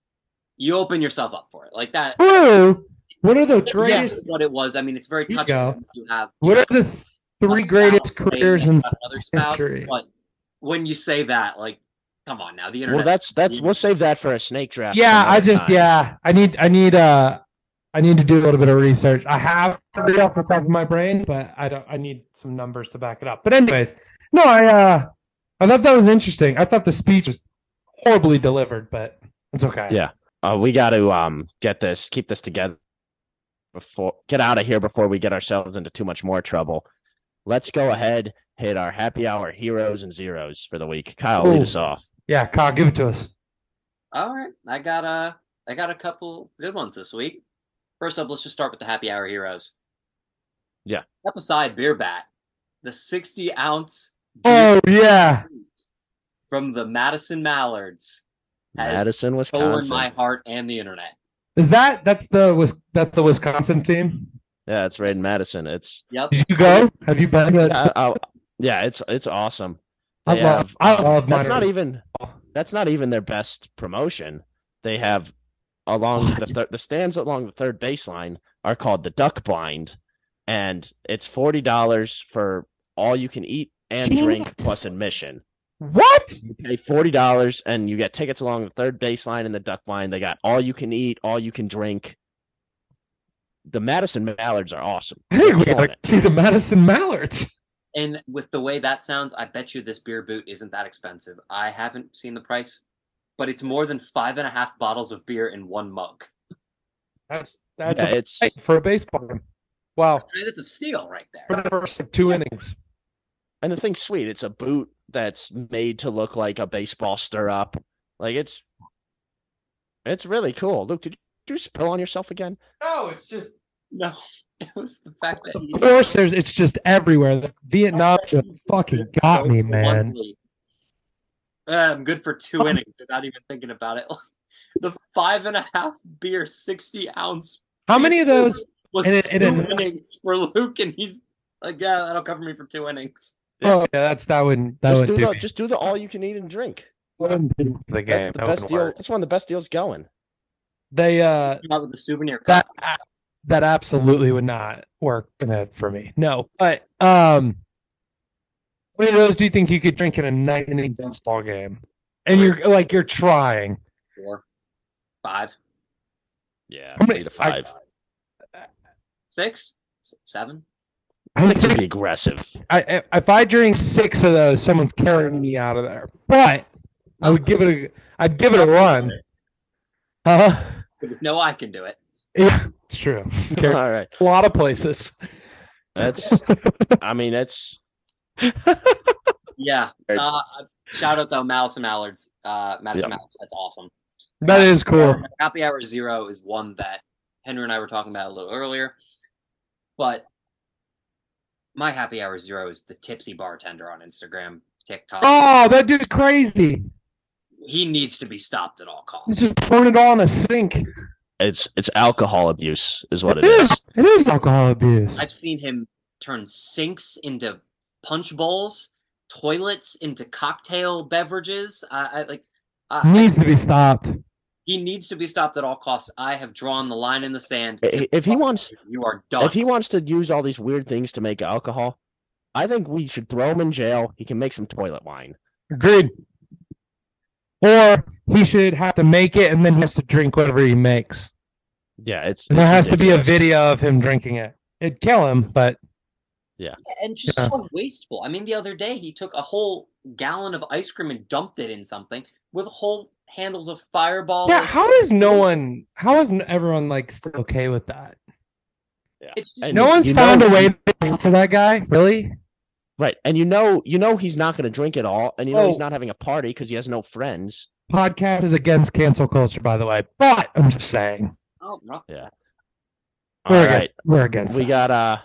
Speaker 1: you open yourself up for it like that.
Speaker 3: True. What are the
Speaker 1: that-
Speaker 3: greatest?
Speaker 1: that's what it was. I mean, it's very
Speaker 3: Here you
Speaker 1: touching.
Speaker 3: go.
Speaker 1: when You have
Speaker 3: What are the three
Speaker 1: a
Speaker 3: greatest
Speaker 1: spouse,
Speaker 3: careers
Speaker 1: you
Speaker 3: in
Speaker 1: have another spouse,
Speaker 3: history?
Speaker 1: But when you say that, like, come on now, the internet.
Speaker 2: well that's that's we'll save that for a snake draft
Speaker 3: yeah
Speaker 2: some
Speaker 3: i
Speaker 2: other
Speaker 3: just
Speaker 2: time.
Speaker 3: yeah i need i need uh i need to do a little bit of research i have it off the top of my brain but i don't i need some numbers to back it up but anyways no i uh i thought that was interesting i thought the speech was horribly delivered but it's okay
Speaker 2: Yeah. uh, we got to um get this keep this together before get out of here before we get ourselves into too much more trouble let's go ahead hit our happy hour heroes and zeros for the week kyle lead
Speaker 3: Ooh.
Speaker 2: us off
Speaker 3: yeah kyle give it to us
Speaker 1: All right, I got a I got a couple good ones this week. First up, let's just start with the happy hour heroes.
Speaker 2: Yeah.
Speaker 1: Step aside, beer bat, the sixty ounce
Speaker 3: oh yeah
Speaker 1: from the Madison Mallards has
Speaker 2: madison
Speaker 1: stolen
Speaker 2: wisconsin
Speaker 1: my heart and the internet.
Speaker 3: is that that's the Wis- that's the wisconsin team
Speaker 2: yeah it's right in madison it's
Speaker 1: Yep.
Speaker 3: did you go have you been
Speaker 2: I- I- yeah it's it's awesome
Speaker 3: I
Speaker 2: They
Speaker 3: love,
Speaker 2: have,
Speaker 3: I
Speaker 2: uh,
Speaker 3: love
Speaker 2: that's
Speaker 3: minor-
Speaker 2: not even that's not even their best promotion. They have along the
Speaker 3: What?
Speaker 2: thir- the stands along the third baseline are called the duck blind, and it's forty dollars for all you can eat and drink
Speaker 3: Jeez.
Speaker 2: plus admission.
Speaker 3: What?
Speaker 2: You pay forty dollars and you get tickets along the third baseline and the duck line. They got all you can eat, all you can drink. The Madison Mallards are awesome.
Speaker 3: I think we
Speaker 2: Killing
Speaker 3: gotta
Speaker 2: it.
Speaker 3: see the Madison Mallards.
Speaker 1: And with the way that sounds, I bet you this beer boot isn't that expensive. I haven't seen the price, but it's more than five and a half bottles of beer in one mug.
Speaker 3: That's that's
Speaker 2: Yeah,
Speaker 3: a
Speaker 2: it's
Speaker 3: fight for a baseball game. Wow.
Speaker 1: I mean, that's a steal right there.
Speaker 3: For the first like, two innings.
Speaker 2: and the thing's sweet. It's a boot that's made to look like a baseball stir up. Like it's it's really cool. Luke, did you spill on yourself again?
Speaker 3: No, it's just
Speaker 1: No, it was the fact that
Speaker 3: Of course there's it's just everywhere. The Vietnam just fucking got me, man.
Speaker 1: Bluntly. Uh, I'm good for two innings without even thinking about it. the five and a half beer, 60 ounce.
Speaker 3: How many of those
Speaker 1: was
Speaker 3: And it- and
Speaker 1: two
Speaker 3: it-
Speaker 1: innings for Luke, and he's like, yeah, that'll cover me for two innings.
Speaker 3: Oh yeah, that's that wouldn't that
Speaker 2: just
Speaker 3: wouldn't
Speaker 2: do
Speaker 3: do,
Speaker 2: the
Speaker 3: it.
Speaker 2: just do the all you can eat and drink.
Speaker 3: That wouldn't do it for the
Speaker 2: That's
Speaker 3: game.
Speaker 2: the
Speaker 3: That
Speaker 2: best
Speaker 3: wouldn't
Speaker 2: deal.
Speaker 3: work.
Speaker 2: That's one of the best deals going.
Speaker 3: They uh
Speaker 1: Not with the souvenir cup.
Speaker 3: that that absolutely would not work in it for me. No, but um, how many of those do you think you could drink in a nine inning baseball game? And you're like you're trying.
Speaker 1: Four, five,
Speaker 2: Yeah,
Speaker 3: How many-
Speaker 2: three to
Speaker 3: I-
Speaker 2: five.
Speaker 1: six, s- seven.
Speaker 3: I
Speaker 2: Six would
Speaker 3: think
Speaker 2: be aggressive.
Speaker 3: I, I- if I drink six of those, someone's carrying me out of there. But I would give it a I'd give it a run. Huh?
Speaker 1: No, I can do it.
Speaker 3: Yeah, it's true. Carry
Speaker 2: All right,
Speaker 3: a lot of places.
Speaker 2: that's. I mean, that's
Speaker 1: Yeah. Uh, shout out though, Madison Mallards. Uh, Madison Mallards. That's awesome.
Speaker 3: That is cool.
Speaker 1: Happy Hour Zero is one that Henry and I were talking about a little earlier. But my Happy Hour Zero is the tipsy bartender on Instagram, TikTok.
Speaker 3: Oh, that dude's crazy.
Speaker 1: He needs to be stopped at all
Speaker 3: He's
Speaker 1: costs.
Speaker 3: just pouring it all in a sink.
Speaker 2: it's it's alcohol abuse is what
Speaker 3: It is. It is alcohol abuse.
Speaker 1: I've seen him turn sinks into punch bowls, toilets into cocktail beverages. I, I like. I,
Speaker 3: needs to be stopped.
Speaker 1: he needs to be stopped at all costs. I have drawn the line in the sand.
Speaker 2: I- if he wants-
Speaker 1: you are done.
Speaker 2: If he wants to use all these weird things to make alcohol, I think we should throw him in jail. He can make some toilet wine.
Speaker 3: Agreed. Or he should have to make it and then he has to drink whatever he makes.
Speaker 2: Yeah, it's
Speaker 3: And there
Speaker 2: it's
Speaker 3: has to be a
Speaker 2: ridiculous.
Speaker 3: video of him drinking it. It'd kill him, but
Speaker 1: and just
Speaker 3: Yeah.
Speaker 1: so wasteful. I mean, the other day he took a whole gallon of ice cream and dumped it in something with whole handles of Fireball.
Speaker 3: yeah, how is no one how is n- everyone like still okay with that?
Speaker 1: It's just
Speaker 2: And
Speaker 3: No
Speaker 2: you-
Speaker 3: one's
Speaker 2: you know-
Speaker 3: found a way for that guy, really?
Speaker 2: Right, and you know, you know, he's not going to drink at all, and you know,
Speaker 3: Oh.
Speaker 2: he's not having a party because he has no friends.
Speaker 3: Podcast is against cancel culture, by the way. But I'm just saying.
Speaker 1: oh, no.
Speaker 2: Yeah. All
Speaker 3: We're, against,
Speaker 2: right,
Speaker 3: we're against
Speaker 2: we
Speaker 3: that.
Speaker 2: got uh,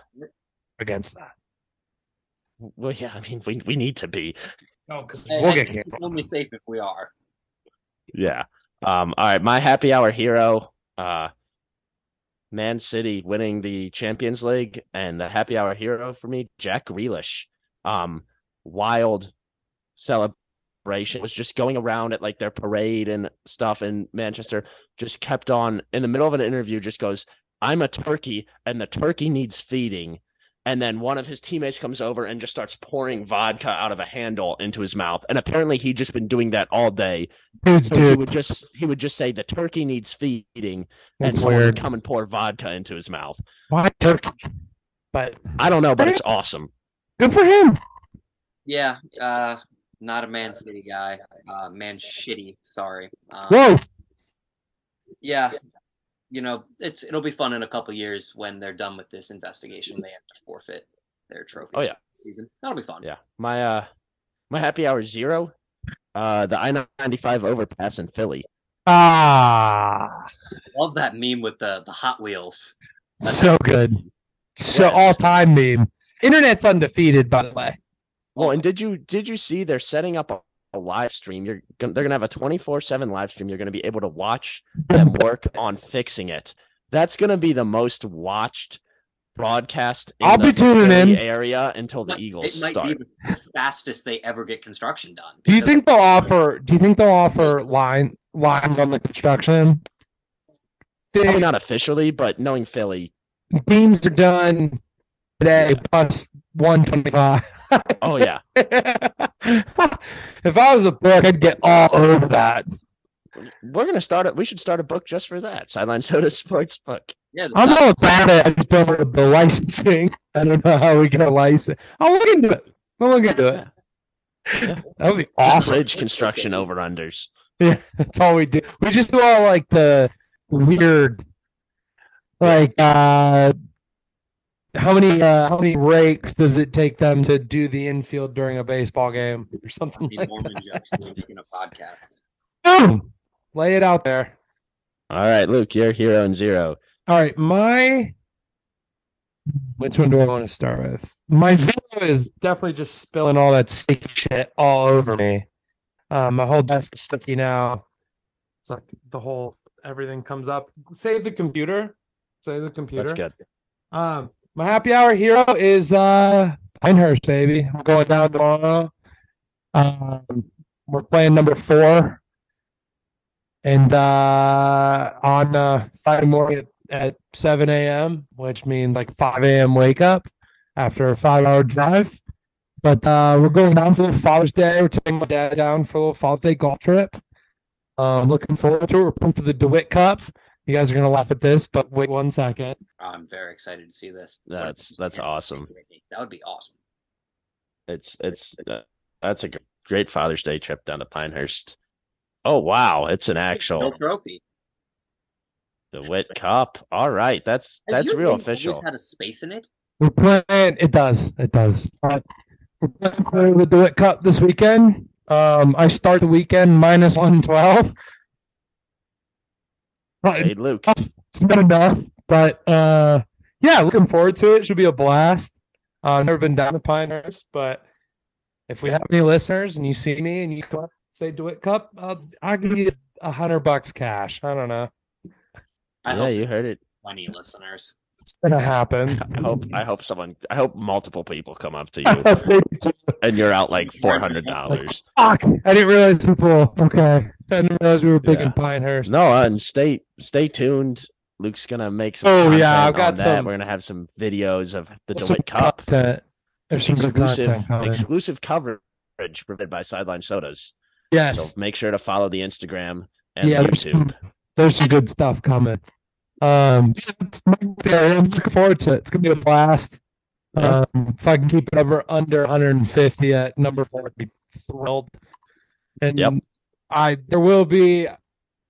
Speaker 3: against that.
Speaker 2: well, yeah, I mean, we we need to be,
Speaker 3: No, because
Speaker 1: I-
Speaker 3: we'll
Speaker 1: I
Speaker 3: get
Speaker 1: think it's
Speaker 3: canceled.
Speaker 1: only safe if we are.
Speaker 2: yeah. Um, all right, my happy hour hero, uh, Man City winning the Champions League, and the happy hour hero for me, Jack Grealish. Um, wild celebration was just going around at like their parade and stuff in Manchester. Just kept on in the middle of an interview, just goes, "I'm a turkey, and the turkey needs feeding." And then one of his teammates comes over and just starts pouring vodka out of a handle into his mouth. And apparently, he'd just been doing that all day.
Speaker 3: Dude's
Speaker 2: So he
Speaker 3: dude.
Speaker 2: would just he would just say, "The turkey needs feeding," and
Speaker 3: That's
Speaker 2: someone would
Speaker 3: weird.
Speaker 2: come and pour vodka into his mouth.
Speaker 3: Why turkey? But
Speaker 2: I don't know, but it's awesome.
Speaker 3: good for him.
Speaker 1: Yeah. Uh, not a Man City guy. Uh, man Shitty. Sorry.
Speaker 2: Uh,
Speaker 1: Um,
Speaker 3: Whoa.
Speaker 1: yeah. You know, it's it'll be fun in a couple years when they're done with this investigation. They have to forfeit their trophy.
Speaker 2: Oh, yeah.
Speaker 1: Season. That'll be fun.
Speaker 2: Yeah. My uh my happy hour zero, uh the I ninety five overpass in Philly.
Speaker 3: Ah.
Speaker 1: Love that meme with the the Hot Wheels.
Speaker 3: So good. So
Speaker 2: Yeah.
Speaker 3: all time meme. Internet's undefeated, by the way.
Speaker 2: Well, and did you did you see they're setting up a, a live stream? You're gon- they're gonna have a twenty four seven live stream. You're gonna be able to watch them work on fixing it. That's gonna be the most watched broadcast in
Speaker 3: I'll
Speaker 2: the
Speaker 3: be tuning
Speaker 2: Philly
Speaker 3: in.
Speaker 2: area until the Eagles
Speaker 1: It might
Speaker 2: start.
Speaker 1: be the fastest they ever get construction done.
Speaker 3: Do you
Speaker 1: because
Speaker 3: think they'll offer? Do you think they'll offer line lines on the construction?
Speaker 2: Probably
Speaker 3: Thing,
Speaker 2: not officially, but knowing Philly,
Speaker 3: beams are done. today plus 125.
Speaker 2: Oh yeah,
Speaker 3: if I was a book, I'd get all over that.
Speaker 2: we're gonna start. A, we should start a book just for that. Sideline Soda Sports Book.
Speaker 1: Yeah, the
Speaker 3: I'm
Speaker 1: top-
Speaker 3: all about it. I just don't know the licensing. I don't know how we get a license. I'll look into it. I'll look into it. That would be awesome.
Speaker 2: Bridge construction over unders.
Speaker 3: That's all we do. We just do all like the weird, like uh, how many uh, how many rakes does it take them to do the infield during a baseball game or something
Speaker 1: Happy
Speaker 3: like
Speaker 1: Mormon Jackson making a podcast.
Speaker 3: that? Boom. Lay it out there.
Speaker 2: All right, Luke, you're hero and zero.
Speaker 3: All right, my which one do I want to start with? My zero is definitely just spilling all that sticky shit all over me. Uh, my whole desk is sticky now. It's like the whole everything comes up. Save the computer. Save the computer.
Speaker 2: That's good.
Speaker 3: Um, my happy hour hero is uh Pinehurst, baby. I'm going down tomorrow. Um, we're playing number four, and uh, on uh, Friday morning at, at seven a.m., which means like five a.m. wake up after a five-hour drive. But uh, we're going down for the Father's Day. We're taking my dad down for a little Father's Day golf trip. Uh, I'm looking forward to it. We're playing for the Dewitt Cup. You guys are gonna laugh at this, but wait one second.
Speaker 1: I'm very excited to see this. What a
Speaker 2: That's that's
Speaker 1: freaking
Speaker 2: awesome.
Speaker 1: Ricky. That would be awesome.
Speaker 2: It's it's uh, that's a gr- great Father's Day trip down to Pinehurst. Oh wow, it's an
Speaker 1: No
Speaker 2: actual
Speaker 1: trophy.
Speaker 2: DeWitt Cup. All right, that's
Speaker 1: Has
Speaker 2: that's
Speaker 1: your
Speaker 2: real
Speaker 1: ring
Speaker 2: official.
Speaker 1: Always had a space in it.
Speaker 3: We're playing. It does. It does. Uh, we're playing for the Dewitt Cup this weekend. Um, I start the weekend minus one twelve.
Speaker 2: Hey Luke,
Speaker 3: It's not enough, but uh, yeah, looking forward to it. Should be a blast. Uh, I've never been down to Pinehurst, but if we have any listeners and you see me and you come up, say Dewitt Cup, I'll, I'll give you a hundred bucks cash. I don't know.
Speaker 1: I
Speaker 2: yeah,
Speaker 1: hope
Speaker 2: you heard it.
Speaker 1: plenty listeners.
Speaker 3: It's gonna happen.
Speaker 2: I hope I hope someone I hope multiple people come up to
Speaker 3: I
Speaker 2: you
Speaker 3: hope they do.
Speaker 2: and you're out like four hundred dollars.
Speaker 3: Fuck! I didn't realize people. Okay, I didn't realize we were big
Speaker 2: Yeah.
Speaker 3: in Pinehurst.
Speaker 2: No, uh, and stay stay tuned. Luke's gonna make some.
Speaker 3: Oh, yeah,
Speaker 2: content
Speaker 3: I've got
Speaker 2: on that.
Speaker 3: some-
Speaker 2: We're gonna have some videos of the
Speaker 3: Some
Speaker 2: DeWitt Cup.
Speaker 3: content. There's some good
Speaker 2: exclusive
Speaker 3: content coming.
Speaker 2: exclusive coverage provided by Sideline Sodas. So
Speaker 3: yes,
Speaker 2: make sure to follow the Instagram and
Speaker 3: Yeah,
Speaker 2: the
Speaker 3: there's
Speaker 2: YouTube.
Speaker 3: there's some good stuff coming. Um, it's- I'm looking forward to it. It's gonna be a blast. Um, if I can keep it ever under 150 at number four, I'd be thrilled. And
Speaker 2: Yep.
Speaker 3: I there will be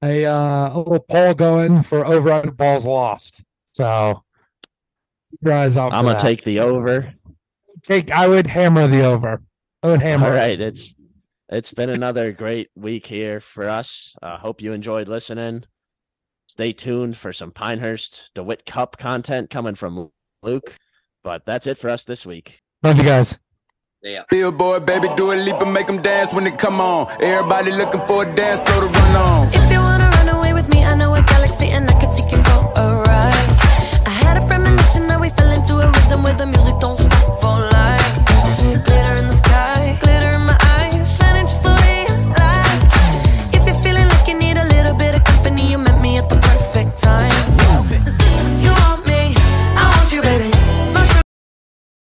Speaker 3: a uh, a little poll going for over under balls lost. So keep your eyes out.
Speaker 2: I'm
Speaker 3: for
Speaker 2: gonna
Speaker 3: that.
Speaker 2: take the over.
Speaker 3: take I would hammer the over. I would hammer.
Speaker 2: All right, it's it's been another great week here for us. uh, hope you enjoyed listening. Stay tuned for some Pinehurst DeWitt Cup content coming from Luke. But that's it for us this week.
Speaker 3: Love you guys.
Speaker 1: Yeah.
Speaker 7: Billboard, baby, do a leap and make them dance when they come on. Everybody looking for a dance, throw the run on.
Speaker 8: If you wanna run away with me, I know a galaxy and I could take you for a ride. I had a premonition that we fell into a rhythm where the music don't stop.